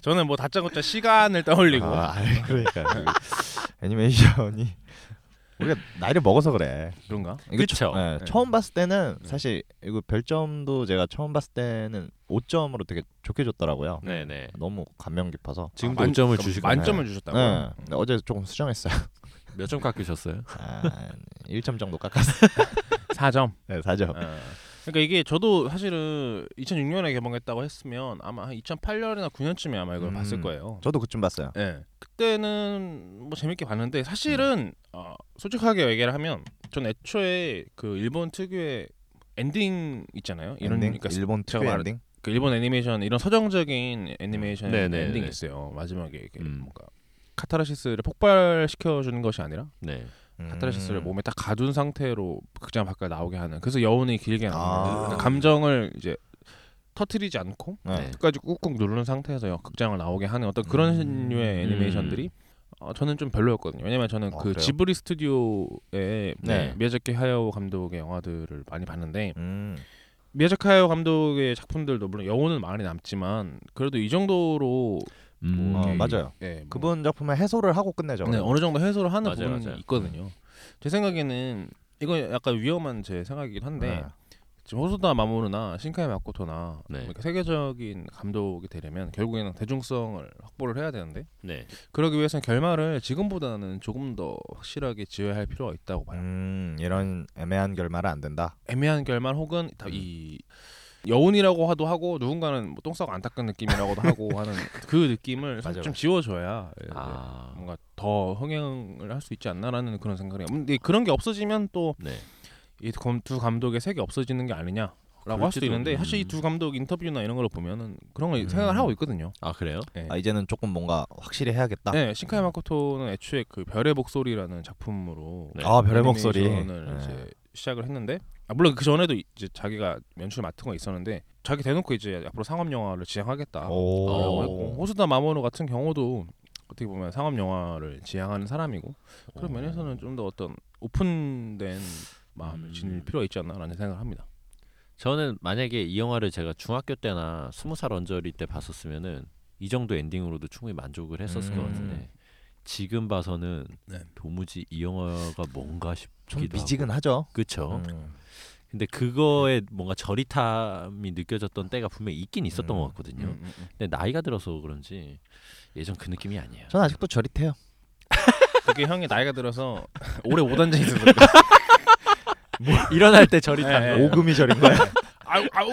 Speaker 1: 저는 뭐 다짜고짜 시간을 떠올리고
Speaker 2: 아, 아이, 그러니까 애니메이션이 우리가 나이를 먹어서 그래.
Speaker 1: 그런가?
Speaker 2: 이거
Speaker 3: 그쵸.
Speaker 2: 처- 네,
Speaker 1: 네.
Speaker 2: 처음 봤을 때는 사실 이거 별점도 제가 처음 봤을 때는 5점으로 되게 좋게 줬더라고요.
Speaker 3: 네네
Speaker 2: 너무 감명 깊어서.
Speaker 3: 지금
Speaker 1: 만-
Speaker 3: 만점을 주시고
Speaker 1: 만점을 주셨다고.
Speaker 2: 네.
Speaker 1: 요
Speaker 2: 근데 어제 조금 수정했어요.
Speaker 3: 몇 점 깎으셨어요?
Speaker 2: 아, 1점 정도 깎았어요.
Speaker 1: 4점.
Speaker 2: 네, 4점.
Speaker 1: 아. 그러니까 이게 저도 사실은 2006년에 개봉했다고 했으면 아마 한 2008년이나 9년쯤에 아마 이걸
Speaker 2: 음.
Speaker 1: 봤을 거예요.
Speaker 2: 저도 그쯤 봤어요.
Speaker 1: 예. 그때는 뭐 재밌게 봤는데 사실은 어, 솔직하게 얘기를 하면 전 애초에 그 일본 특유의 엔딩 있잖아요. 이런
Speaker 2: 엔딩?
Speaker 1: 그러니까
Speaker 2: 일본
Speaker 1: 제가
Speaker 2: 특유
Speaker 1: 말한-
Speaker 2: 엔딩?
Speaker 1: 그 일본 애니메이션 이런 서정적인 애니메이션
Speaker 3: 네, 네,
Speaker 1: 엔딩이
Speaker 3: 네.
Speaker 1: 있어요. 마지막에 이게
Speaker 3: 음.
Speaker 1: 뭔가 카타르시스를 폭발시켜 주는 것이 아니라
Speaker 3: 네.
Speaker 2: 음.
Speaker 1: 카타르시스를 몸에 딱 가둔 상태로 극장 밖을 나오게 하는 그래서 여운이 길게 남는
Speaker 2: 아.
Speaker 1: 그러니까 감정을 이제 터트리지 않고
Speaker 2: 네.
Speaker 3: 네.
Speaker 1: 끝까지 꾹꾹 누르는 상태에서 극장을 나오게 하는 어떤 그런
Speaker 2: 음.
Speaker 1: 류의 애니메이션들이 어, 저는 좀 별로였거든요. 왜냐면 저는
Speaker 2: 아,
Speaker 1: 그
Speaker 2: 그래요?
Speaker 1: 지브리 스튜디오의
Speaker 2: 네.
Speaker 1: 미야자키 하야오 감독의 영화들을 많이 봤는데
Speaker 2: 음.
Speaker 1: 미야자키 하야오 감독의 작품들도 물론 여운은 많이 남지만 그래도 이 정도로
Speaker 3: 음.
Speaker 1: 뭐
Speaker 2: 어,
Speaker 1: 이게-
Speaker 2: 맞아요.
Speaker 1: 예, 뭐
Speaker 2: 그분 작품에 해소를 하고 끝내죠.
Speaker 1: 네, 어느 정도 해소를 하는
Speaker 3: 맞아요,
Speaker 1: 부분이
Speaker 3: 맞아요.
Speaker 1: 있거든요. 제 생각에는 이거 약간 위험한 제 생각이긴 한데 지금 호소다 마모루나 신카이 마코토나 뭐
Speaker 3: 네.
Speaker 1: 이렇게 세계적인 감독이 되려면 결국에는 대중성을 확보를 해야 되는데
Speaker 3: 네.
Speaker 1: 그러기 위해서는 결말을 지금보다는 조금 더 확실하게 지어야 할 필요가 있다고 봐요.
Speaker 2: 음, 이런 애매한 결말은 안 된다.
Speaker 1: 애매한 결말 혹은 다-
Speaker 3: 음.
Speaker 1: 이 여운이라고 하도 하고 누군가는 뭐 똥싸고 안 닦은 느낌이라고도 하고 하는 그 느낌을
Speaker 2: 맞아,
Speaker 1: 좀
Speaker 2: 맞아.
Speaker 1: 지워줘야 예,
Speaker 3: 아.
Speaker 1: 뭔가 더 흥행을 할 수 있지 않나라는 그런 생각이. 근데 그런 게 없어지면
Speaker 3: 네.
Speaker 1: 또 이 두 감독의 색이 없어지는 게 아니냐라고 할 수도
Speaker 3: 그럴지도.
Speaker 1: 있는데 사실
Speaker 3: 음.
Speaker 1: 이 두 감독 인터뷰나 이런 걸 보면은 그런 걸
Speaker 2: 음.
Speaker 1: 생각을 하고 있거든요.
Speaker 3: 아 그래요?
Speaker 1: 네.
Speaker 2: 아, 이제는 조금 뭔가 확실히
Speaker 3: 아.
Speaker 2: 해야겠다.
Speaker 1: 네, 신카이 마코토는 애초에 그 별의 목소리라는 작품으로
Speaker 3: 네.
Speaker 2: 아, 별의 목소리.
Speaker 1: 애니메이션을
Speaker 2: 네.
Speaker 1: 이제 시작을 했는데 아, 물론 그 전에도 이제 자기가 연출 맡은 거 있었는데 자기 대놓고 이제 앞으로 상업 영화를
Speaker 2: 아,
Speaker 1: 지향하겠다.
Speaker 2: 어.
Speaker 1: 라고 했고
Speaker 2: 오.
Speaker 1: 호수다 마모노 같은 경우도 어떻게 보면 상업 영화를 지향하는 사람이고 그런
Speaker 3: 오.
Speaker 1: 면에서는 좀 더 어떤 오픈된 마음을
Speaker 3: 음.
Speaker 1: 지닐 필요가 있지 않나라는 생각을 합니다.
Speaker 3: 저는 만약에 이 영화를 제가 중학교 때나 스무 살 언저리 때 봤었으면은 이 정도 엔딩으로도 충분히 만족을 했었을 것
Speaker 2: 음.
Speaker 3: 같은데 지금 봐서는
Speaker 1: 네.
Speaker 3: 도무지 이 영화가 뭔가
Speaker 2: 좀
Speaker 3: 싶기도 하고
Speaker 2: 미지근하죠.
Speaker 3: 그쵸
Speaker 2: 음.
Speaker 3: 근데 그거에 뭔가 저릿함이 느껴졌던 때가 분명히 있긴 있었던
Speaker 2: 음.
Speaker 3: 것 같거든요 근데 나이가 들어서 그런지 예전 그 느낌이 아니에요
Speaker 2: 전 아직도 저릿해요.
Speaker 1: 그게 형이 나이가 들어서 오래 못 앉아 있어서 그래.
Speaker 3: 일어날 때 저릿함
Speaker 1: 예, 예.
Speaker 2: 오금이 저린 거예요.
Speaker 1: 아우 아우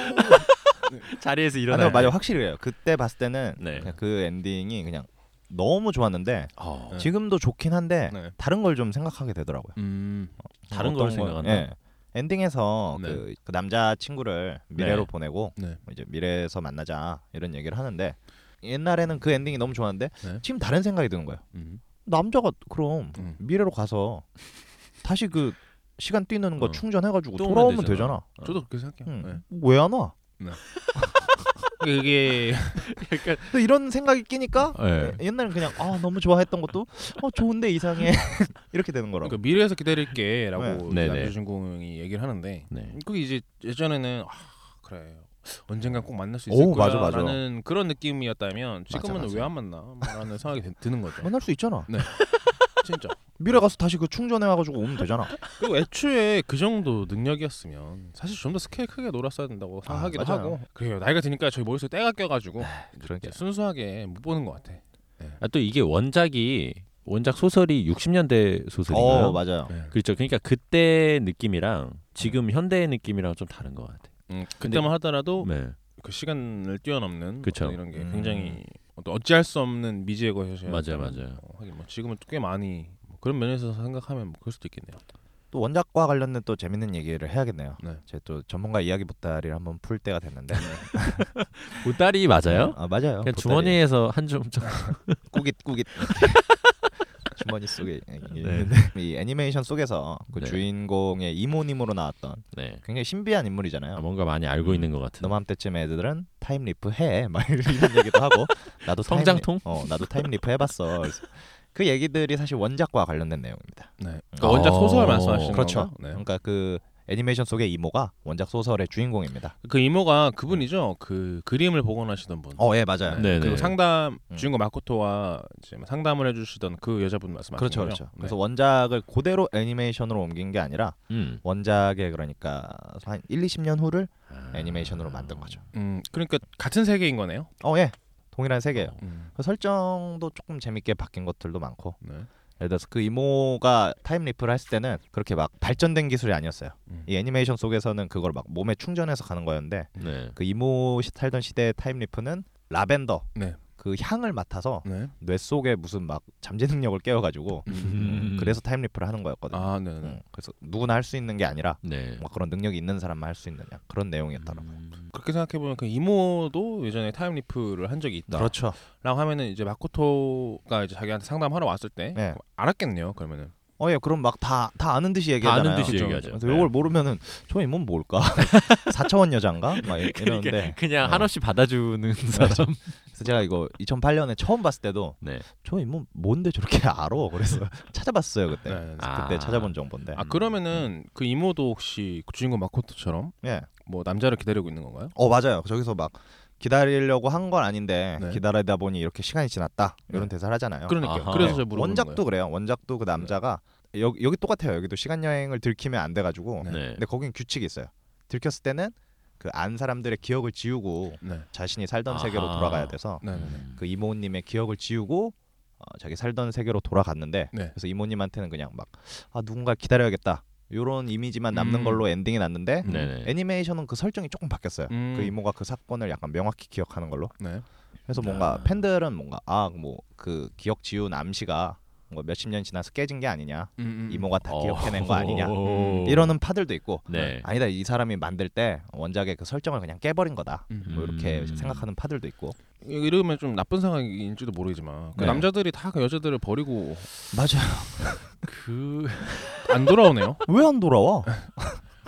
Speaker 3: 자리에서 일어나
Speaker 2: 아니요, 네, 맞아 확실히 그래요. 그때 봤을 때는
Speaker 3: 네.
Speaker 2: 그냥 그 엔딩이 그냥 너무 좋았는데
Speaker 3: 어,
Speaker 1: 네.
Speaker 2: 지금도 좋긴 한데
Speaker 1: 네.
Speaker 2: 다른 걸 좀 생각하게 되더라고요.
Speaker 1: 음.
Speaker 3: 다른
Speaker 2: 어떤
Speaker 3: 걸 생각한다
Speaker 2: 예. 엔딩에서
Speaker 1: 네.
Speaker 2: 그, 그 남자 친구를 미래로
Speaker 3: 네.
Speaker 2: 보내고 뭐
Speaker 1: 네.
Speaker 2: 이제 미래에서 만나자 이런 얘기를 하는데 옛날에는 그 엔딩이 너무 좋았는데
Speaker 1: 네.
Speaker 2: 지금 다른 생각이 드는 거예요.
Speaker 1: 음.
Speaker 2: 남자가 그럼
Speaker 1: 음.
Speaker 2: 미래로 가서 다시 그 시간 뛰는 거
Speaker 3: 어.
Speaker 2: 충전해가지고
Speaker 3: 또 오면
Speaker 2: 돌아오면
Speaker 3: 되잖아. 네.
Speaker 2: 되잖아.
Speaker 1: 저도 그렇게 생각해요.
Speaker 2: 응. 왜 안 와?
Speaker 1: 네. 그게
Speaker 3: 약간
Speaker 2: 근데 이런 생각이 끼니까
Speaker 3: 네.
Speaker 2: 옛날엔 그냥 아 너무 좋아했던 것도 어 좋은데 이상해 이렇게 되는 거라고.
Speaker 1: 그러니까 미래에서 기다릴게라고
Speaker 3: 네.
Speaker 1: 이제
Speaker 3: 네네.
Speaker 1: 남자 주인공이 얘기를 하는데
Speaker 3: 네.
Speaker 1: 그게 이제 예전에는 아, 그래 언젠간 꼭 만날 수
Speaker 2: 오,
Speaker 1: 있을 거야
Speaker 2: 맞아, 맞아.
Speaker 1: 라는 그런 느낌이었다면 지금은
Speaker 2: 맞아.
Speaker 1: 왜 안 만나 라는 생각이 드- 드는 거죠
Speaker 2: 만날 수 있잖아.
Speaker 1: 진짜
Speaker 2: 미래 가서 다시 그 충전해가지고 오면 되잖아.
Speaker 1: 그리고 애초에 그 정도 능력이었으면 사실 좀 더 스케일 크게 놀았어야 된다고
Speaker 2: 아,
Speaker 1: 생각하기도
Speaker 2: 맞아요.
Speaker 1: 하고 그래요 나이가 드니까 저희 머릿속에 때가 껴가지고
Speaker 2: 그러니까.
Speaker 1: 순수하게 못 보는 것
Speaker 2: 음,
Speaker 1: 같아
Speaker 3: 아, 또 이게 원작이 원작 소설이 60년대 소설인가요?
Speaker 2: 어 맞아요.
Speaker 1: 네.
Speaker 3: 그렇죠. 그러니까 그때 느낌이랑
Speaker 2: 음.
Speaker 3: 지금 현대의 느낌이랑 좀 다른 것 같아요.
Speaker 1: 음, 그때만
Speaker 2: 어.
Speaker 1: 하더라도
Speaker 3: 네.
Speaker 1: 그 시간을 뛰어넘는
Speaker 3: 그쵸.
Speaker 1: 어떤 이런 게
Speaker 2: 음.
Speaker 1: 굉장히 어떤 어찌할 수 없는 미지의
Speaker 2: 네.
Speaker 1: 것이었어요
Speaker 3: 맞아요, 맞아요.
Speaker 1: 어, 하긴 뭐 지금은 꽤 많이 뭐 그런 면에서 생각하면 뭐 그럴 수도 있겠네요
Speaker 2: 또 원작과 관련된 또 재밌는 얘기를 해야겠네요.
Speaker 1: 네.
Speaker 2: 제 또 전문가 이야기 보따리를 한번 풀 때가 됐는데.
Speaker 3: 보따리 맞아요?
Speaker 2: 아 맞아요.
Speaker 3: 그냥
Speaker 2: 보따리.
Speaker 3: 주머니에서 한줌 좀.
Speaker 2: 꾸깃꾸깃 주머니 속에 이게
Speaker 3: 네.
Speaker 2: 있는데 이 애니메이션 속에서 그
Speaker 3: 네.
Speaker 2: 주인공의 이모님으로 나왔던
Speaker 3: 네.
Speaker 2: 굉장히 신비한
Speaker 3: 아,
Speaker 2: 인물이잖아요.
Speaker 3: 뭔가 많이 알고 있는 것 같은.
Speaker 2: 음. 너맘때쯤 애들은 타임리프 해 막 이런 얘기도 하고 나도 타임
Speaker 3: 성장통?
Speaker 2: 리- 어 나도 타임리프 해봤어. 그래서 그 얘기들이 사실 원작과 관련된 내용입니다.
Speaker 1: 네.
Speaker 2: 아,
Speaker 1: 그러니까 원작 소설 말씀하시는
Speaker 2: 그렇죠.
Speaker 1: 건가? 네.
Speaker 2: 그러니까 그 애니메이션 속의 이모가 원작 소설의 주인공입니다.
Speaker 1: 그 이모가 그분이죠. 그 그림을 복원하시던 분.
Speaker 2: 어 예 맞아요.
Speaker 3: 네. 네네.
Speaker 1: 그리고 상담
Speaker 2: 음.
Speaker 1: 주인공 마코토와 이제 뭐 상담을 해주시던 그 여자분 말씀하시는
Speaker 2: 그렇죠,
Speaker 1: 거죠?
Speaker 2: 그렇죠.
Speaker 1: 네.
Speaker 2: 그래서 원작을 그대로 애니메이션으로 옮긴 게 아니라
Speaker 3: 음.
Speaker 2: 원작의 그러니까 한 1, 20년 후를
Speaker 3: 아.
Speaker 2: 애니메이션으로 만든 거죠.
Speaker 1: 음, 그러니까 같은 세계인 거네요.
Speaker 2: 어 예, 동일한 세계예요.
Speaker 1: 음.
Speaker 2: 그 설정도 조금 재밌게 바뀐 것들도 많고
Speaker 1: 네.
Speaker 2: 예를 들어서 그 이모가 타임리프를 했을 때는 그렇게 막 발전된 기술이 아니었어요.
Speaker 1: 음.
Speaker 2: 이 애니메이션 속에서는 그걸 막 몸에 충전해서 가는 거였는데
Speaker 3: 네.
Speaker 2: 그 이모 시 살던 시대의 타임리프는 라벤더
Speaker 1: 네.
Speaker 2: 그 향을 맡아서
Speaker 1: 네.
Speaker 2: 뇌 속에 무슨 막 잠재 능력을 깨워가지고
Speaker 3: 음.
Speaker 2: 그래서 타임리프를 하는 거였거든요.
Speaker 1: 아, 네, 네.
Speaker 2: 음, 그래서 누구나 할 수 있는 게 아니라
Speaker 3: 네.
Speaker 2: 막 그런 능력이 있는 사람만 할 수 있는 그런 내용이었더라고요.
Speaker 3: 음.
Speaker 1: 그렇게 생각해 보면 그 이모도 예전에 타임리프를 한 적이 있다라고
Speaker 2: 그렇죠.
Speaker 1: 하면은 이제 마코토가 이제 자기한테 상담하러 왔을 때
Speaker 2: 네.
Speaker 1: 알았겠네요. 그러면은
Speaker 2: 어예 그럼 막 다 다 아는 듯이 얘기하잖아요.
Speaker 3: 아는 듯이
Speaker 2: 그죠?
Speaker 3: 얘기하죠.
Speaker 2: 그래서
Speaker 3: 네.
Speaker 2: 이걸 모르면은 저 인물 뭘까? 4차원 여잔가? 막 이- 이러는데 어.
Speaker 3: 그냥 그러니까 한없이 받아주는 사람.
Speaker 2: 그래서 제가 이거 2008년에 처음 봤을 때도
Speaker 3: 네.
Speaker 2: 저 인물 뭔데 저렇게 알아? 그래서 찾아봤어요 네. 음. 그때.
Speaker 1: 네, 네.
Speaker 3: 아.
Speaker 2: 그때 찾아본 정보인데.
Speaker 1: 아 그러면은 그 이모도 혹시 그 주인공 마코토처럼
Speaker 2: 예.
Speaker 1: 뭐 남자를 기다리고 있는 건가요?
Speaker 2: 어 맞아요. 저기서 막 기다리려고 한 건 아닌데
Speaker 1: 네.
Speaker 2: 기다리다 보니 이렇게 시간이 지났다 이런
Speaker 1: 네.
Speaker 2: 대사를 하잖아요.
Speaker 1: 그러니까
Speaker 3: 아하.
Speaker 1: 요 그래서 제가 물어보는
Speaker 2: 원작도 그래요. 원작도 그 남자가 여기 여기 똑같아요. 여기도 시간 여행을 들키면 안 돼가지고
Speaker 1: 네.
Speaker 3: 네.
Speaker 2: 근데 거긴 규칙이 있어요. 들켰을 때는 그 안 사람들의 기억을 지우고
Speaker 1: 거예요.
Speaker 2: 자신이 살던
Speaker 3: 아하.
Speaker 2: 세계로 돌아가야 돼서
Speaker 1: 네. 네. 네. 네.
Speaker 2: 그 이모님의 기억을 지우고 어, 자기 살던 세계로 돌아갔는데
Speaker 1: 네.
Speaker 2: 그래서 이모님한테는 그냥 막 아 누군가 기다려야겠다 요런 이미지만 남는
Speaker 1: 음.
Speaker 2: 걸로 엔딩이 났는데
Speaker 3: 네. 네.
Speaker 2: 애니메이션은 그 설정이 조금 바뀌었어요.
Speaker 1: 음.
Speaker 2: 그 이모가 그 사건을 약간 명확히 기억하는 걸로.
Speaker 1: 네.
Speaker 2: 그래서 뭔가
Speaker 3: 아.
Speaker 2: 팬들은 뭔가 아 뭐 그 기억 지운 암시가 뭐 몇십 년 지나서 깨진 게 아니냐
Speaker 1: 음, 음.
Speaker 2: 이모가 다
Speaker 3: 어.
Speaker 2: 기억해낸 거 아니냐 음.
Speaker 3: 오.
Speaker 2: 이러는 파들도 있고
Speaker 3: 네.
Speaker 2: 아니다 이 사람이 만들 때 원작의 그 설정을 그냥 깨버린 거다
Speaker 1: 음.
Speaker 2: 뭐 이렇게
Speaker 3: 음.
Speaker 2: 생각하는 파들도 있고
Speaker 1: 이러면 좀 나쁜 상황인지도 모르지만 그
Speaker 2: 네.
Speaker 1: 남자들이 다 그 여자들을 버리고
Speaker 2: 맞아요
Speaker 3: 그
Speaker 1: 안 돌아오네요.
Speaker 2: 왜 안 돌아와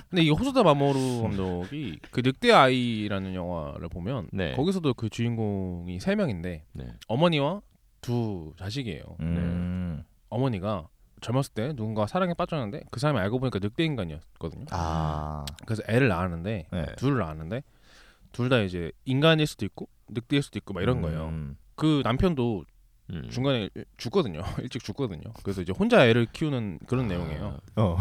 Speaker 1: 근데 이 호소다 마모루 감독이 그 늑대 아이라는 영화를 보면
Speaker 3: 네.
Speaker 1: 거기서도 그 주인공이 세 명인데
Speaker 3: 네.
Speaker 1: 어머니와 두 자식이에요.
Speaker 2: 음.
Speaker 1: 어머니가 젊었을 때 누군가 사랑에 빠졌는데 그 사람이 알고 보니까 늑대 인간이었거든요.
Speaker 2: 아
Speaker 1: 그래서 애를 낳았는데
Speaker 2: 네.
Speaker 1: 둘을 낳았는데 둘 다 이제 인간일 수도 있고 늑대일 수도 있고 막 이런 거예요.
Speaker 2: 음.
Speaker 1: 그 남편도
Speaker 3: 음.
Speaker 1: 중간에 죽거든요. 일찍 죽거든요. 그래서 이제 혼자 애를 키우는
Speaker 3: 아.
Speaker 1: 그런 내용이에요.
Speaker 2: 어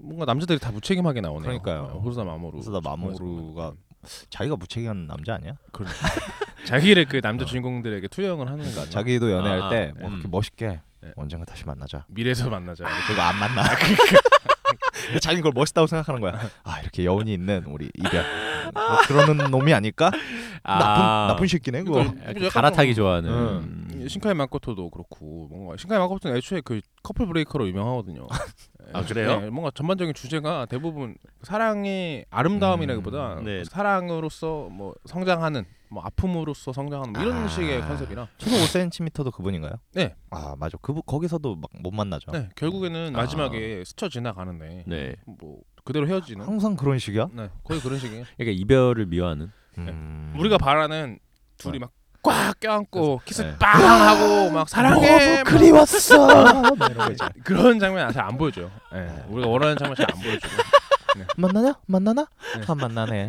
Speaker 1: 뭔가 남자들이 다 무책임하게 나오네요.
Speaker 2: 그러니까요.
Speaker 1: 어, 호소다 마모루.
Speaker 2: 호소다 마모루가 자기가 무책임한 남자 아니야
Speaker 1: 자기를 그 남자 주인공들에게 투영을 하는 거 아니야?
Speaker 2: 자기도 연애할
Speaker 3: 아,
Speaker 2: 때뭐
Speaker 3: 음.
Speaker 2: 그렇게 멋있게
Speaker 1: 네.
Speaker 2: 언젠가 다시 만나자
Speaker 1: 미래에서 만나자.
Speaker 2: 아, 그거 안 만나. 근데 자기는 그걸 멋있다고 생각하는 거야. 아 이렇게 여운이 있는 우리 이별. 뭐 그러는 놈이 아닐까?
Speaker 3: 아.
Speaker 2: 나쁜 나쁜 새끼네 그거.
Speaker 1: 그러니까
Speaker 3: 약간
Speaker 1: 약간
Speaker 3: 갈아타기 좋아하는.
Speaker 2: 음.
Speaker 3: 음.
Speaker 1: 신카이 마코토도 그렇고 뭔가 신카이 마코토는 애초에 그 커플 브레이커로 유명하거든요.
Speaker 3: 아, 그래요?
Speaker 1: 네, 뭔가 전반적인 주제가 대부분 사랑의 아름다움이라기보다
Speaker 3: 음, 네.
Speaker 1: 사랑으로서 뭐 성장하는 뭐 아픔으로서 성장하는 뭐 이런
Speaker 2: 아.
Speaker 1: 식의 컨셉이라
Speaker 2: 최소 5cm도 그분인가요?
Speaker 1: 네.
Speaker 2: 아 맞아. 그분 거기서도 막 못 만나죠.
Speaker 1: 네, 결국에는
Speaker 3: 아.
Speaker 1: 마지막에 스쳐 지나가는데
Speaker 3: 네.
Speaker 1: 뭐 그대로 헤어지는
Speaker 2: 항상 그런 식이야.
Speaker 1: 네, 거의 그런 식이에요.
Speaker 3: 그러니까 이별을 미워하는.
Speaker 2: 음.
Speaker 1: 우리가 바라는 둘이 막 꽉 껴안고 키스
Speaker 3: 네.
Speaker 1: 빵 하고 막 사랑해
Speaker 2: 너무 그리웠어. 막 이러고 이제,
Speaker 1: 그런 장면 잘 안 보여줘요. 예, 우리가 원하는 장면 잘 안 보여주고
Speaker 2: 만나냐? 만나나?
Speaker 1: 네.
Speaker 2: 안 만나네.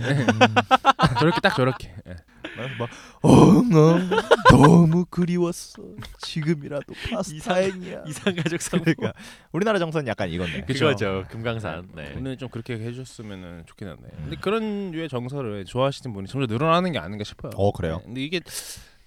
Speaker 1: 저렇게 딱 저렇게. 예.
Speaker 2: 막 엉엉 너무 그리웠어. 지금이라도
Speaker 3: 이상-
Speaker 2: 파스타행이야.
Speaker 3: 이상가족 상봉.
Speaker 2: 그러니까 우리나라 정서는 약간 이건데.
Speaker 1: 그쵸.
Speaker 3: 그렇죠. 금강산. 네.
Speaker 1: 오늘 좀 그렇게 해줬으면 좋긴 한데. 근데 그런 류의 정서를 좋아하시는 분이 점점 늘어나는 게 아닌가 싶어요.
Speaker 2: 어 그래요.
Speaker 1: 예, 근데 이게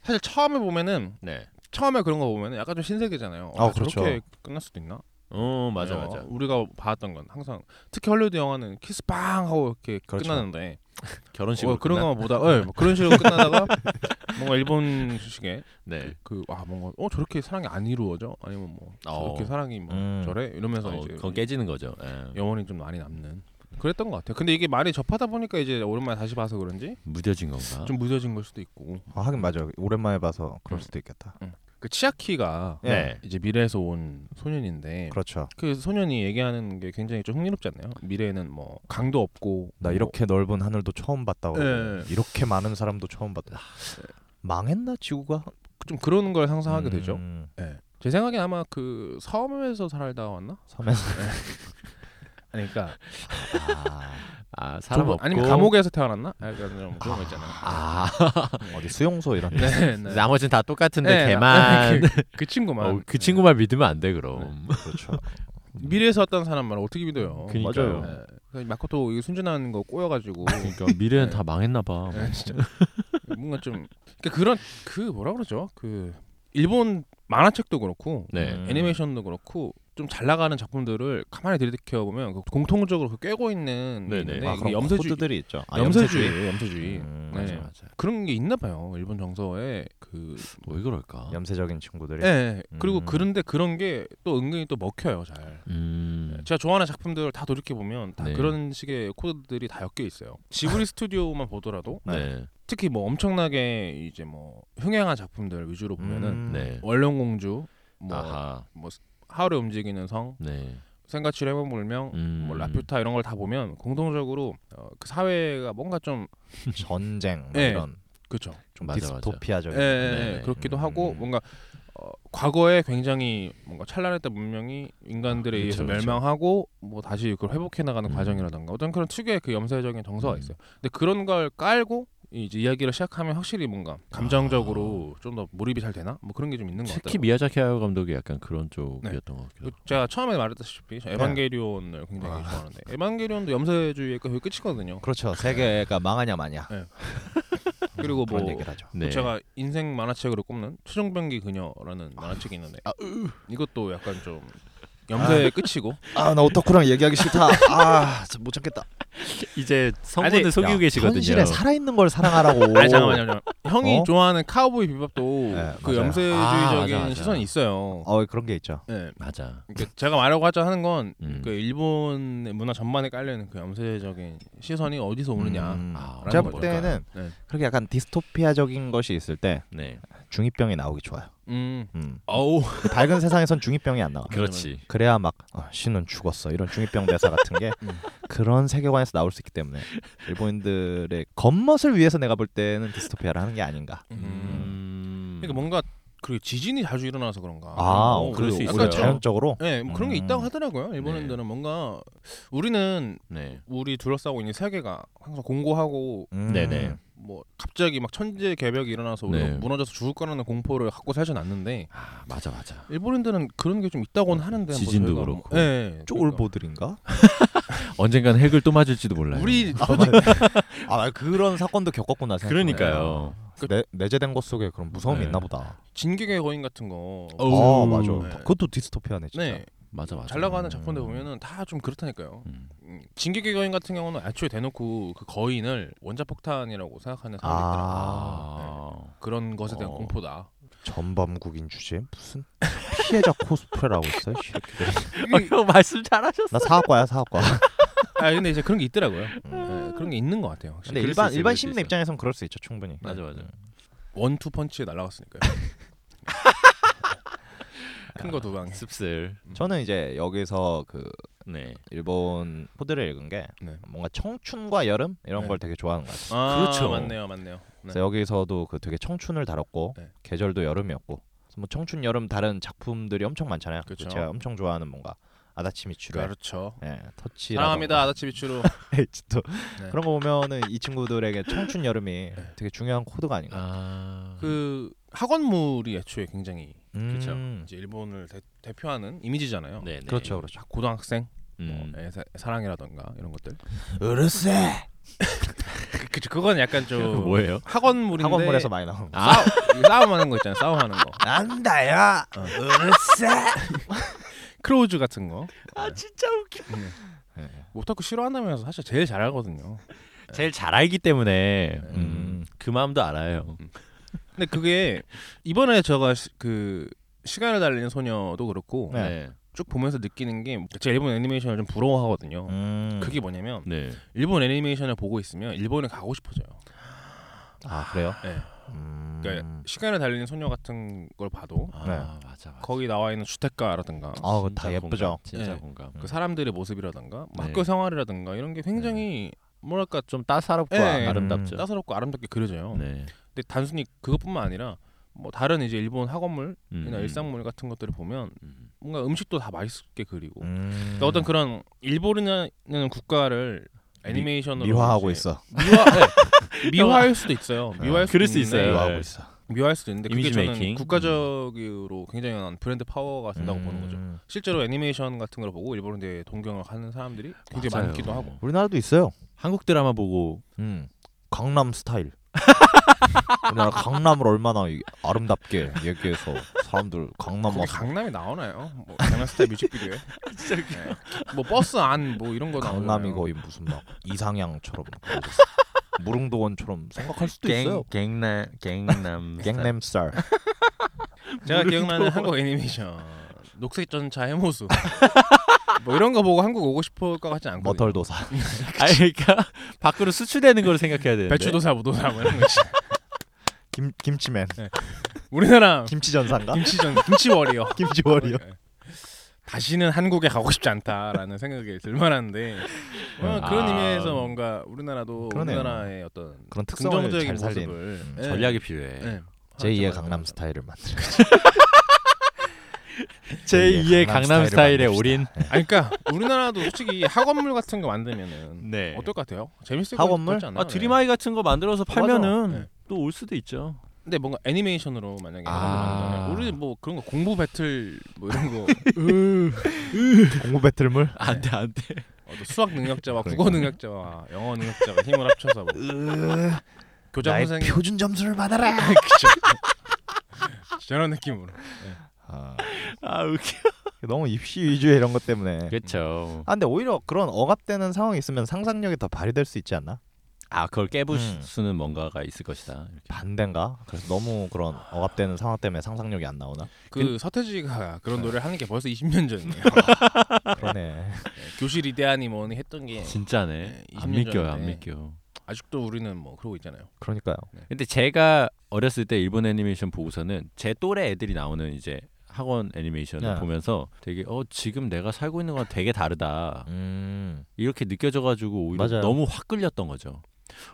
Speaker 1: 사실 처음에 보면은
Speaker 3: 네.
Speaker 1: 처음에 그런 거 보면은 약간 좀 신세계잖아요. 어,
Speaker 2: 아, 그렇죠.
Speaker 1: 저렇게 끝날 수도 있나?
Speaker 3: 어 맞아
Speaker 1: 어,
Speaker 3: 맞아.
Speaker 1: 우리가 봤던 건 항상 특히 헐리우드 영화는 키스 빵 하고 이렇게
Speaker 2: 그렇죠.
Speaker 1: 끝나는데
Speaker 3: 결혼식으로
Speaker 1: 어, 그런
Speaker 3: 끝나-
Speaker 1: 거만 보다 예, 뭐 그런 식으로 끝나다가 뭔가 일본 식의
Speaker 3: 네.
Speaker 1: 그아 뭔가 어 저렇게 사랑이 안 이루어져 아니면 뭐
Speaker 3: 어.
Speaker 1: 저렇게 사랑이 뭐
Speaker 2: 음.
Speaker 1: 저래 이러면서
Speaker 3: 어,
Speaker 1: 이제
Speaker 3: 그건 깨지는 거죠. 예.
Speaker 1: 영혼이 좀 많이 남는 그랬던 것 같아요. 근데 이게 말이 접하다 보니까 이제 오랜만에 다시 봐서 그런지
Speaker 3: 무뎌진 건가?
Speaker 1: 좀 무뎌진 걸 수도 있고
Speaker 2: 아, 하긴 맞아. 오랜만에 봐서 그럴
Speaker 1: 음.
Speaker 2: 수도 있겠다.
Speaker 1: 그 치아키가
Speaker 3: 네.
Speaker 1: 이제 미래에서 온 소년인데
Speaker 2: 그렇죠.
Speaker 1: 그 소년이 얘기하는 게 굉장히 좀 흥미롭지 않나요? 미래에는 뭐 강도 없고
Speaker 2: 나
Speaker 1: 뭐
Speaker 2: 이렇게 넓은 하늘도 처음 봤다고.
Speaker 1: 예. 아,
Speaker 2: 이렇게 많은 사람도 처음 봤다. 망했나 지구가?
Speaker 1: 좀 그런 걸 상상하게 되죠.
Speaker 2: 음,
Speaker 1: 예. 제 생각에 아마 그 섬에서 살다 왔나? 예.
Speaker 2: 섬에서.
Speaker 1: 아니, 그러니까
Speaker 2: 아,
Speaker 3: 아 사람
Speaker 1: 좁은-
Speaker 3: 없고.
Speaker 1: 아니면 감옥에서 태어났나? 약간 좀 그런 거 있잖아요.
Speaker 3: 아
Speaker 2: 어디 수용소 이런. 데.
Speaker 1: 네, 네.
Speaker 3: 나머지는 다 똑같은데
Speaker 1: 네,
Speaker 3: 걔만
Speaker 1: 나- 그, 그 친구만
Speaker 3: 어, 그 친구만 믿으면 안 돼 그럼.
Speaker 2: 그렇죠.
Speaker 1: 네. 미래에서 왔다는 사람 말을 어떻게 믿어요?
Speaker 2: 맞아요.
Speaker 3: 그니까요.
Speaker 1: 네. 그냥 마코토 이거 순진한 거 꼬여가지고
Speaker 3: 그러니까
Speaker 1: 네.
Speaker 3: 미래는 다 망했나 봐.
Speaker 1: 네, 진짜 뭔가 좀 그러니까 그런 그 뭐라 그러죠? 그 일본 만화책도 그렇고
Speaker 3: 네.
Speaker 2: 음.
Speaker 1: 애니메이션도 그렇고 좀 잘 나가는 작품들을 가만히 들이켜 보면 공통적으로 그 꿰고 있는 게
Speaker 3: 네네.
Speaker 1: 있는데
Speaker 2: 아,
Speaker 1: 이게
Speaker 2: 그런
Speaker 1: 염세주의
Speaker 2: 코드들이 있죠. 아,
Speaker 1: 염세주의예요, 염세주의.
Speaker 2: 음,
Speaker 1: 네.
Speaker 2: 맞아.
Speaker 3: 맞아.
Speaker 1: 그런 게 있나 봐요. 일본 정서에 그
Speaker 3: 뭐, 왜 그럴까?
Speaker 2: 염세적인 친구들이.
Speaker 1: 예. 예. 그리고
Speaker 2: 음.
Speaker 1: 그런데 그런 게 또 은근히 또 먹혀요, 잘.
Speaker 3: 음.
Speaker 1: 제가 좋아하는 작품들을 다 돌이켜 보면 다
Speaker 3: 네.
Speaker 1: 그런 식의 코드들이 다 엮여 있어요. 지브리 스튜디오만 보더라도
Speaker 3: 네.
Speaker 1: 특히 뭐 엄청나게 이제 뭐 흥행한 작품들 위주로 보면은
Speaker 2: 음,
Speaker 3: 네.
Speaker 1: 원령공주 뭐,
Speaker 3: 아하.
Speaker 1: 뭐 하울의 움직이는 성,
Speaker 3: 네.
Speaker 1: 생가치를 해본 물명,
Speaker 3: 음.
Speaker 1: 뭐 라퓨타 이런 걸 다 보면 공통적으로 어, 그 사회가 뭔가 좀
Speaker 2: 전쟁 뭐
Speaker 1: 네.
Speaker 2: 이런
Speaker 1: 그렇죠.
Speaker 2: 좀
Speaker 3: 맞아, 맞아.
Speaker 2: 디스토피아적인
Speaker 1: 예, 예,
Speaker 3: 네.
Speaker 1: 예, 그렇기도
Speaker 2: 음.
Speaker 1: 하고 뭔가 어, 과거에 굉장히 뭔가 찬란했던 문명이 인간들에
Speaker 3: 아, 그쵸,
Speaker 1: 의해서
Speaker 3: 그쵸.
Speaker 1: 멸망하고 뭐 다시 그걸 회복해 나가는
Speaker 3: 음.
Speaker 1: 과정이라던가 어떤 그런 특유의 그 염세적인 정서가
Speaker 3: 음.
Speaker 1: 있어요. 근데 그런 걸 깔고 이제 이야기를 시작하면 확실히 뭔가 감정적으로 좀 더 몰입이 잘 되나? 뭐 그런 게 좀 있는 것
Speaker 3: 아. 특히
Speaker 1: 같아요. 네.
Speaker 3: 미야자키 하야 감독이 약간 그런 쪽이었던 것 같기도 하고.
Speaker 1: 제가 처음에 말했다시피
Speaker 3: 네.
Speaker 1: 저 에반게리온을 굉장히
Speaker 2: 아.
Speaker 1: 좋아하는데 에반게리온도 염세주의의 거의 끝이거든요.
Speaker 2: 그렇죠. 세계가 망하냐 마냐
Speaker 1: 그리고 뭐
Speaker 2: 그런 얘기를 하죠.
Speaker 3: 네.
Speaker 1: 제가 인생 만화책으로 꼽는 최종병기 그녀라는 만화책이 있는데 이것도 약간 좀 염세의 끝이고
Speaker 2: 아 나 오타쿠랑 얘기하기 싫다. 아못 참겠다.
Speaker 3: 그 이제
Speaker 1: 아니,
Speaker 3: 성분을 속이고
Speaker 2: 야,
Speaker 3: 계시거든요.
Speaker 2: 현실에 살아있는 걸 사랑하라고.
Speaker 1: 아니 잠깐만 잠깐만 형이
Speaker 2: 어?
Speaker 1: 좋아하는 카우보이 비밥도
Speaker 2: 네,
Speaker 1: 그
Speaker 2: 맞아요.
Speaker 3: 아,
Speaker 1: 염세주의적인
Speaker 3: 맞아, 맞아.
Speaker 1: 시선이 있어요
Speaker 3: 뭐.
Speaker 2: 어 그런 게 있죠.
Speaker 1: 예
Speaker 3: 맞아.
Speaker 1: 그러니까 제가 말하고 하자 하는 건 그
Speaker 3: 음.
Speaker 1: 일본의 문화 전반에 깔려있는 그 염세적인 시선이 어디서 오느냐
Speaker 2: 음.
Speaker 3: 아,
Speaker 2: 제가
Speaker 1: 라는 거죠.
Speaker 2: 볼 때는
Speaker 1: 네.
Speaker 2: 그렇게 약간 디스토피아적인 것이 있을 때
Speaker 3: 네.
Speaker 2: 중이병이 나오기 좋아요.
Speaker 1: 음.
Speaker 2: 음.
Speaker 1: 어우
Speaker 2: 근데 밝은 세상에선 중이병이
Speaker 1: 아,
Speaker 2: 안 나와.
Speaker 3: 그렇지.
Speaker 2: 그래야 막 아, 신은 죽었어 이런 중이병 대사 같은 게
Speaker 1: 음.
Speaker 2: 그런 세계관에서 나올 수 있기 때문에 일본인들의 겉멋을 위해서 내가 볼 때는 디스토피아를 하는 게 아닌가.
Speaker 1: 음.
Speaker 3: 음.
Speaker 1: 그러니까 뭔가 그 지진이 자주 일어나서 그런가
Speaker 2: 아,
Speaker 1: 뭐
Speaker 3: 그럴
Speaker 1: 약간
Speaker 3: 수 있어요.
Speaker 2: 오히려
Speaker 1: 좀-
Speaker 2: 자연적으로
Speaker 1: 예, 뭐 그런 게
Speaker 2: 음.
Speaker 1: 있다고 하더라고요. 일본인들은 뭔가 우리는
Speaker 3: 네.
Speaker 1: 우리 둘러싸고 있는 세계가 항상 공고하고
Speaker 2: 음.
Speaker 3: 네네.
Speaker 1: 뭐 갑자기 막 천재 개벽이 일어나서 우리가
Speaker 3: 네.
Speaker 1: 무너져서 죽을 거라는 공포를 갖고 살진 않는데
Speaker 3: 아, 맞아 맞아.
Speaker 1: 일본인들은 그런 게 좀 있다고는 하는데
Speaker 3: 지진도
Speaker 1: 뭐 저희가
Speaker 3: 그렇고.
Speaker 1: 뭐, 예, 예.
Speaker 2: 쪼울보들인가?
Speaker 3: 언젠간 핵을 또 맞을지도 몰라요.
Speaker 1: 그러니까 우리
Speaker 2: 아 그런 사건도 겪었구나. 생각해보면. 네,
Speaker 3: 그러니까요.
Speaker 1: 그-
Speaker 2: 내, 내재된 것 속에 그런 무서움이
Speaker 3: 네.
Speaker 2: 있나 보다.
Speaker 1: 진격의 거인 같은 거
Speaker 3: 어우.
Speaker 2: 아 맞아.
Speaker 1: 네.
Speaker 2: 그것도 디스토피아네 진짜.
Speaker 1: 네,
Speaker 3: 맞아 맞아.
Speaker 1: 잘 나가는 작품들 보면은 다 좀 그렇다니까요.
Speaker 3: 음.
Speaker 1: 음, 진격의 거인 같은 경우는 애초에 대놓고 그 거인을 원자폭탄이라고 생각하는 사람이 있더라고요.
Speaker 2: 아.
Speaker 1: 그런 것에 대한
Speaker 3: 어.
Speaker 1: 공포다.
Speaker 2: 전범국인 주제에 무슨 피해자 코스프레라고 있어요? 이 새끼들.
Speaker 3: 형 말씀 잘하셨어.
Speaker 2: 나 사학과야 사학과.
Speaker 1: 아 근데 이제 그런 게 있더라고요.
Speaker 2: 음.
Speaker 1: 예, 그런 게 있는 것 같아요. 확실히.
Speaker 2: 근데
Speaker 3: 그럴
Speaker 2: 일반
Speaker 3: 수 있어요,
Speaker 2: 일반
Speaker 3: 그럴 수
Speaker 2: 시민
Speaker 3: 있어요.
Speaker 2: 입장에선 그럴 수 있죠 충분히. 음.
Speaker 3: 맞아 맞아.
Speaker 1: 원투 펀치에 날라갔으니까요. 큰 거 두 방.
Speaker 3: 씁쓸.
Speaker 2: 저는 이제 여기서 그
Speaker 3: 네.
Speaker 2: 일본 코드를 읽은 게
Speaker 1: 네.
Speaker 2: 뭔가 청춘과 여름 이런
Speaker 1: 네.
Speaker 2: 걸 되게 좋아하는 것 같아요.
Speaker 1: 아,
Speaker 3: 그렇죠.
Speaker 1: 맞네요, 맞네요. 네.
Speaker 2: 그래서 여기서도 그 되게 청춘을 다뤘고
Speaker 1: 네.
Speaker 2: 계절도 여름이었고 그래서 뭐 청춘 여름 다른 작품들이 엄청 많잖아요.
Speaker 1: 그쵸.
Speaker 2: 그래서 제가 엄청 좋아하는 뭔가 아다치미추로
Speaker 1: 그렇죠.
Speaker 2: 예, 터치
Speaker 1: 사랑합니다, 아다치비추로.
Speaker 2: 또
Speaker 1: 네.
Speaker 2: 그런 거 보면은 이 친구들에게 청춘 여름이 되게 중요한 코드가 아닌가.
Speaker 3: 아.
Speaker 1: 그 학원물이 애초에 굉장히
Speaker 2: 음,
Speaker 3: 그쵸.
Speaker 1: 이제 일본을 대, 표하는 이미지잖아요.
Speaker 3: 네, 네.
Speaker 2: 그렇죠 그렇죠.
Speaker 1: 고등학생
Speaker 3: 음.
Speaker 1: 뭐, 애, 사, 사랑이라던가 이런 것들.
Speaker 2: 으르세
Speaker 1: 그, 그, 그건 약간 좀
Speaker 3: 뭐예요?
Speaker 1: 학원물인데
Speaker 2: 학원물에서 많이 나오는 거.
Speaker 3: 아,
Speaker 1: 싸움하는 거 있잖아요. 싸움하는 거.
Speaker 2: 난다야 으르세.
Speaker 1: 크로우즈 같은 거. 예.
Speaker 3: 아 진짜 웃겨.
Speaker 1: 오타쿠 싫어한다면서 사실 제일 잘하거든요.
Speaker 3: 제일 잘 알기 때문에 음.
Speaker 2: 음.
Speaker 3: 그 마음도 알아요.
Speaker 1: 근데 그게 이번에 제가 시, 그 시간을 달리는 소녀도 그렇고
Speaker 2: 네.
Speaker 1: 쭉 보면서 느끼는 게 제가 일본 애니메이션을 좀 부러워하거든요.
Speaker 2: 음.
Speaker 1: 그게 뭐냐면
Speaker 3: 네.
Speaker 1: 일본 애니메이션을 보고 있으면 일본에 가고 싶어져요.
Speaker 2: 아 그래요?
Speaker 1: 네.
Speaker 2: 음.
Speaker 1: 그러니까 시간을 달리는 소녀 같은 걸 봐도
Speaker 3: 아, 맞아 맞아.
Speaker 1: 거기 나와 있는 주택가라든가
Speaker 2: 아, 그거
Speaker 3: 진짜
Speaker 2: 다 예쁘죠.
Speaker 3: 공감, 진짜
Speaker 1: 네.
Speaker 3: 공감.
Speaker 1: 그 사람들의 모습이라든가 뭐
Speaker 3: 네.
Speaker 1: 학교 생활이라든가 이런 게 굉장히 뭐랄까
Speaker 3: 좀 따사롭고
Speaker 1: 네.
Speaker 3: 아름답죠.
Speaker 1: 따스럽고 아름답게 그려져요.
Speaker 3: 네.
Speaker 1: 근데 단순히 그것뿐만 아니라 뭐 다른 이제 일본 학원물이나
Speaker 3: 음, 음.
Speaker 1: 일상물 같은 것들을 보면
Speaker 3: 음.
Speaker 1: 뭔가 음식도 다 맛있게 그리고
Speaker 2: 음.
Speaker 1: 그러니까 어떤 그런 일본이라는 국가를 애니메이션으로
Speaker 2: 미화하고
Speaker 1: 이제
Speaker 2: 있어.
Speaker 1: 미화 네. 미화할 수도 있어요. 네. 미화할 수도
Speaker 3: 아, 그럴 수
Speaker 1: 있는데
Speaker 3: 있어요.
Speaker 2: 미화하고
Speaker 3: 네.
Speaker 2: 있어.
Speaker 1: 미화할 수도 있는데 그게
Speaker 3: 이미지
Speaker 1: 저는
Speaker 3: 메이킹.
Speaker 1: 국가적으로 굉장히 한 브랜드 파워가 된다고 보는 거죠.
Speaker 2: 음.
Speaker 1: 실제로 애니메이션 같은 걸 보고 일본에 동경을 하는 사람들이 굉장히
Speaker 3: 맞아요. 음.
Speaker 1: 많기도 하고.
Speaker 2: 우리나라도 있어요.
Speaker 3: 한국 드라마 보고
Speaker 2: 음. 강남 스타일. 우리나라 강남을 얼마나 이- 아름답게 얘기해서 사람들 강남
Speaker 1: 거기
Speaker 2: 와서
Speaker 1: 강남이 나오나요? 뭐 강남스타일 뮤직비디오에 네. 뭐 버스 안 뭐 이런 거 나오잖아요.
Speaker 2: 강남이 거의 무슨 막 이상향처럼 무릉도원처럼 생각할 수도 있어요.
Speaker 3: 갱나 갱남 아,
Speaker 2: 갱남 스타일.
Speaker 1: 제가 기억나는 한국 애니메이션 녹색 전차 해모수 뭐 이런 거 보고 한국 오고 싶을 것 같지
Speaker 2: 뭐
Speaker 1: 않거든요.
Speaker 2: 머털도사.
Speaker 3: 아니 그러니까 밖으로 수출되는 걸 생각해야 되는데.
Speaker 1: 배추도사 무도사 뭐 이런 거 있지.
Speaker 2: 김 김치맨.
Speaker 1: 우리나라
Speaker 2: 김치 전사인가?
Speaker 1: 김치전 김치월이요. 네.
Speaker 2: 김치월이요.
Speaker 1: 다시는 한국에 가고 싶지 않다라는 생각이 들만한데 어, 그런
Speaker 3: 아.
Speaker 1: 의미에서 뭔가 우리나라도
Speaker 2: 그러네요.
Speaker 1: 우리나라의 어떤
Speaker 2: 그런 특성을
Speaker 1: 긍정적인
Speaker 2: 잘 살린
Speaker 1: 모습을 예,
Speaker 3: 전략이 필요해.
Speaker 1: 예,
Speaker 2: 제2의
Speaker 1: 활용하자.
Speaker 2: 강남 스타일을 만드는
Speaker 3: 제2의 강남 스타일의 올인.
Speaker 1: 아니 그러니까 우리나라도 솔직히 학원물 같은 거 만들면은
Speaker 3: 네.
Speaker 1: 어떨 것 같아요? 재밌을
Speaker 2: 학원물?
Speaker 1: 것 같지 않아요?
Speaker 3: 아 드림아이 같은 거 만들어서
Speaker 1: 맞아.
Speaker 3: 팔면은
Speaker 1: 네.
Speaker 3: 또 올 수도 있죠.
Speaker 1: 근데 뭔가 애니메이션으로 만약에
Speaker 3: 아.
Speaker 1: 만들면 우리 뭐 그런 거 공부 배틀 뭐 이런 거
Speaker 2: 공부 배틀물?
Speaker 3: 안돼 안돼.
Speaker 1: 어, 또 수학 능력자와
Speaker 2: 그러니까.
Speaker 1: 국어 능력자와 영어 능력자가 힘을 합쳐서 뭐 교장
Speaker 2: 나의
Speaker 1: 선생님
Speaker 2: 표준 점수를 받아라.
Speaker 1: 저런 느낌으로
Speaker 2: 아,
Speaker 3: 아 웃겨.
Speaker 2: 너무 입시 위주의 이런 것 때문에.
Speaker 3: 그렇죠.
Speaker 2: 아 근데 오히려 그런 억압되는 상황이 있으면 상상력이 더 발휘될 수 있지 않나?
Speaker 3: 아 그걸
Speaker 2: 음.
Speaker 3: 깨부수는 뭔가가 있을 것이다. 이렇게.
Speaker 2: 반대인가? 그래서 너무 그런 억압되는 상황 때문에 상상력이 안 나오나?
Speaker 1: 그
Speaker 3: 근-
Speaker 1: 서태지가 그런
Speaker 2: 아.
Speaker 1: 노래를 하는 게 벌써 20년 전이에요.
Speaker 2: 그러네.
Speaker 1: 예, 교실 이대하니 뭐니 했던
Speaker 2: 아,
Speaker 1: 게 네,
Speaker 3: 진짜네.
Speaker 1: 20
Speaker 3: 안
Speaker 1: 년
Speaker 3: 믿겨요
Speaker 1: 전인데.
Speaker 3: 안 믿겨.
Speaker 1: 아직도 우리는 뭐 그러고 있잖아요.
Speaker 2: 그러니까요.
Speaker 3: 근데 제가 어렸을 때 일본 애니메이션 보고서는 제 또래 애들이 나오는 이제 학원 애니메이션을
Speaker 2: 네.
Speaker 3: 보면서 되게 어 지금 내가 살고 있는 거랑 되게 다르다
Speaker 2: 음.
Speaker 3: 이렇게 느껴져가지고 오히려
Speaker 2: 맞아요.
Speaker 3: 너무 확 끌렸던 거죠.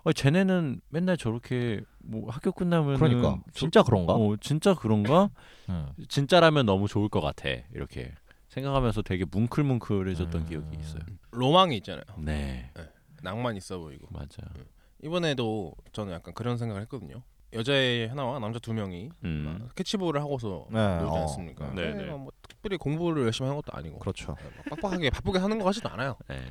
Speaker 3: 어 쟤네는 맨날 저렇게 뭐 학교 끝나면
Speaker 2: 그러니까 진짜 그런가?
Speaker 3: 어 진짜 그런가?
Speaker 2: 음.
Speaker 3: 진짜라면 너무 좋을 것 같아 이렇게 생각하면서 되게 뭉클뭉클해졌던
Speaker 2: 음.
Speaker 3: 기억이 있어요.
Speaker 1: 로망이 있잖아요.
Speaker 3: 네
Speaker 1: 낭만 있어 보이고.
Speaker 3: 맞아.
Speaker 1: 이번에도 저는 약간 그런 생각을 했거든요. 여자애 하나와 남자 두 명이 어,
Speaker 3: 음.
Speaker 1: 캐치볼을 하고서
Speaker 2: 네,
Speaker 1: 놀지
Speaker 2: 어.
Speaker 1: 않습니까?
Speaker 3: 네,
Speaker 1: 아. 네,
Speaker 3: 네.
Speaker 1: 뭐 특별히 공부를 열심히 하는 것도 아니고
Speaker 2: 그렇죠.
Speaker 1: 막 빡빡하게 바쁘게 하는 것 같지도 않아요.
Speaker 3: 네.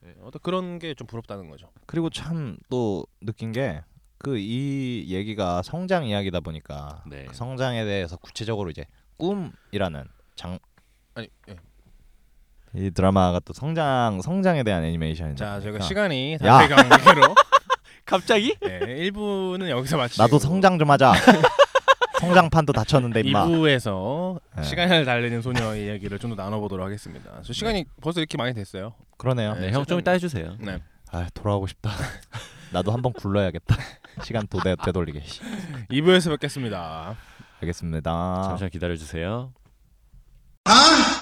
Speaker 1: 네, 어떤 그런 게 좀 부럽다는 거죠.
Speaker 2: 그리고 참 또 느낀 게 그 이 얘기가 성장 이야기다 보니까
Speaker 3: 네.
Speaker 2: 그 성장에 대해서 구체적으로 이제 꿈이라는 장 이
Speaker 1: 아니, 예.
Speaker 2: 드라마가 또 성장 성장에 대한 애니메이션이니까
Speaker 1: 자 제가 시간이
Speaker 2: 그러니까. 야.
Speaker 1: 다 돼가는 관계로
Speaker 3: 갑자기?
Speaker 1: 네, 1부는 여기서 마치고
Speaker 2: 나도 성장 좀 하자. 성장판도 다쳤는데 임마.
Speaker 1: 2부에서
Speaker 2: 네.
Speaker 1: 시간을 달리는 소녀의 이야기를 좀 더 나눠보도록 하겠습니다. 저 시간이
Speaker 2: 네.
Speaker 1: 벌써 이렇게 많이 됐어요.
Speaker 2: 그러네요.
Speaker 3: 네, 형 좀 이따 해주세요.
Speaker 1: 네.
Speaker 2: 아 돌아오고 싶다. 나도 한번 굴러야겠다. 시간 도대 되돌리게. 씨.
Speaker 1: 2부에서 뵙겠습니다.
Speaker 2: 알겠습니다.
Speaker 3: 잠시만 기다려 주세요.
Speaker 4: 아!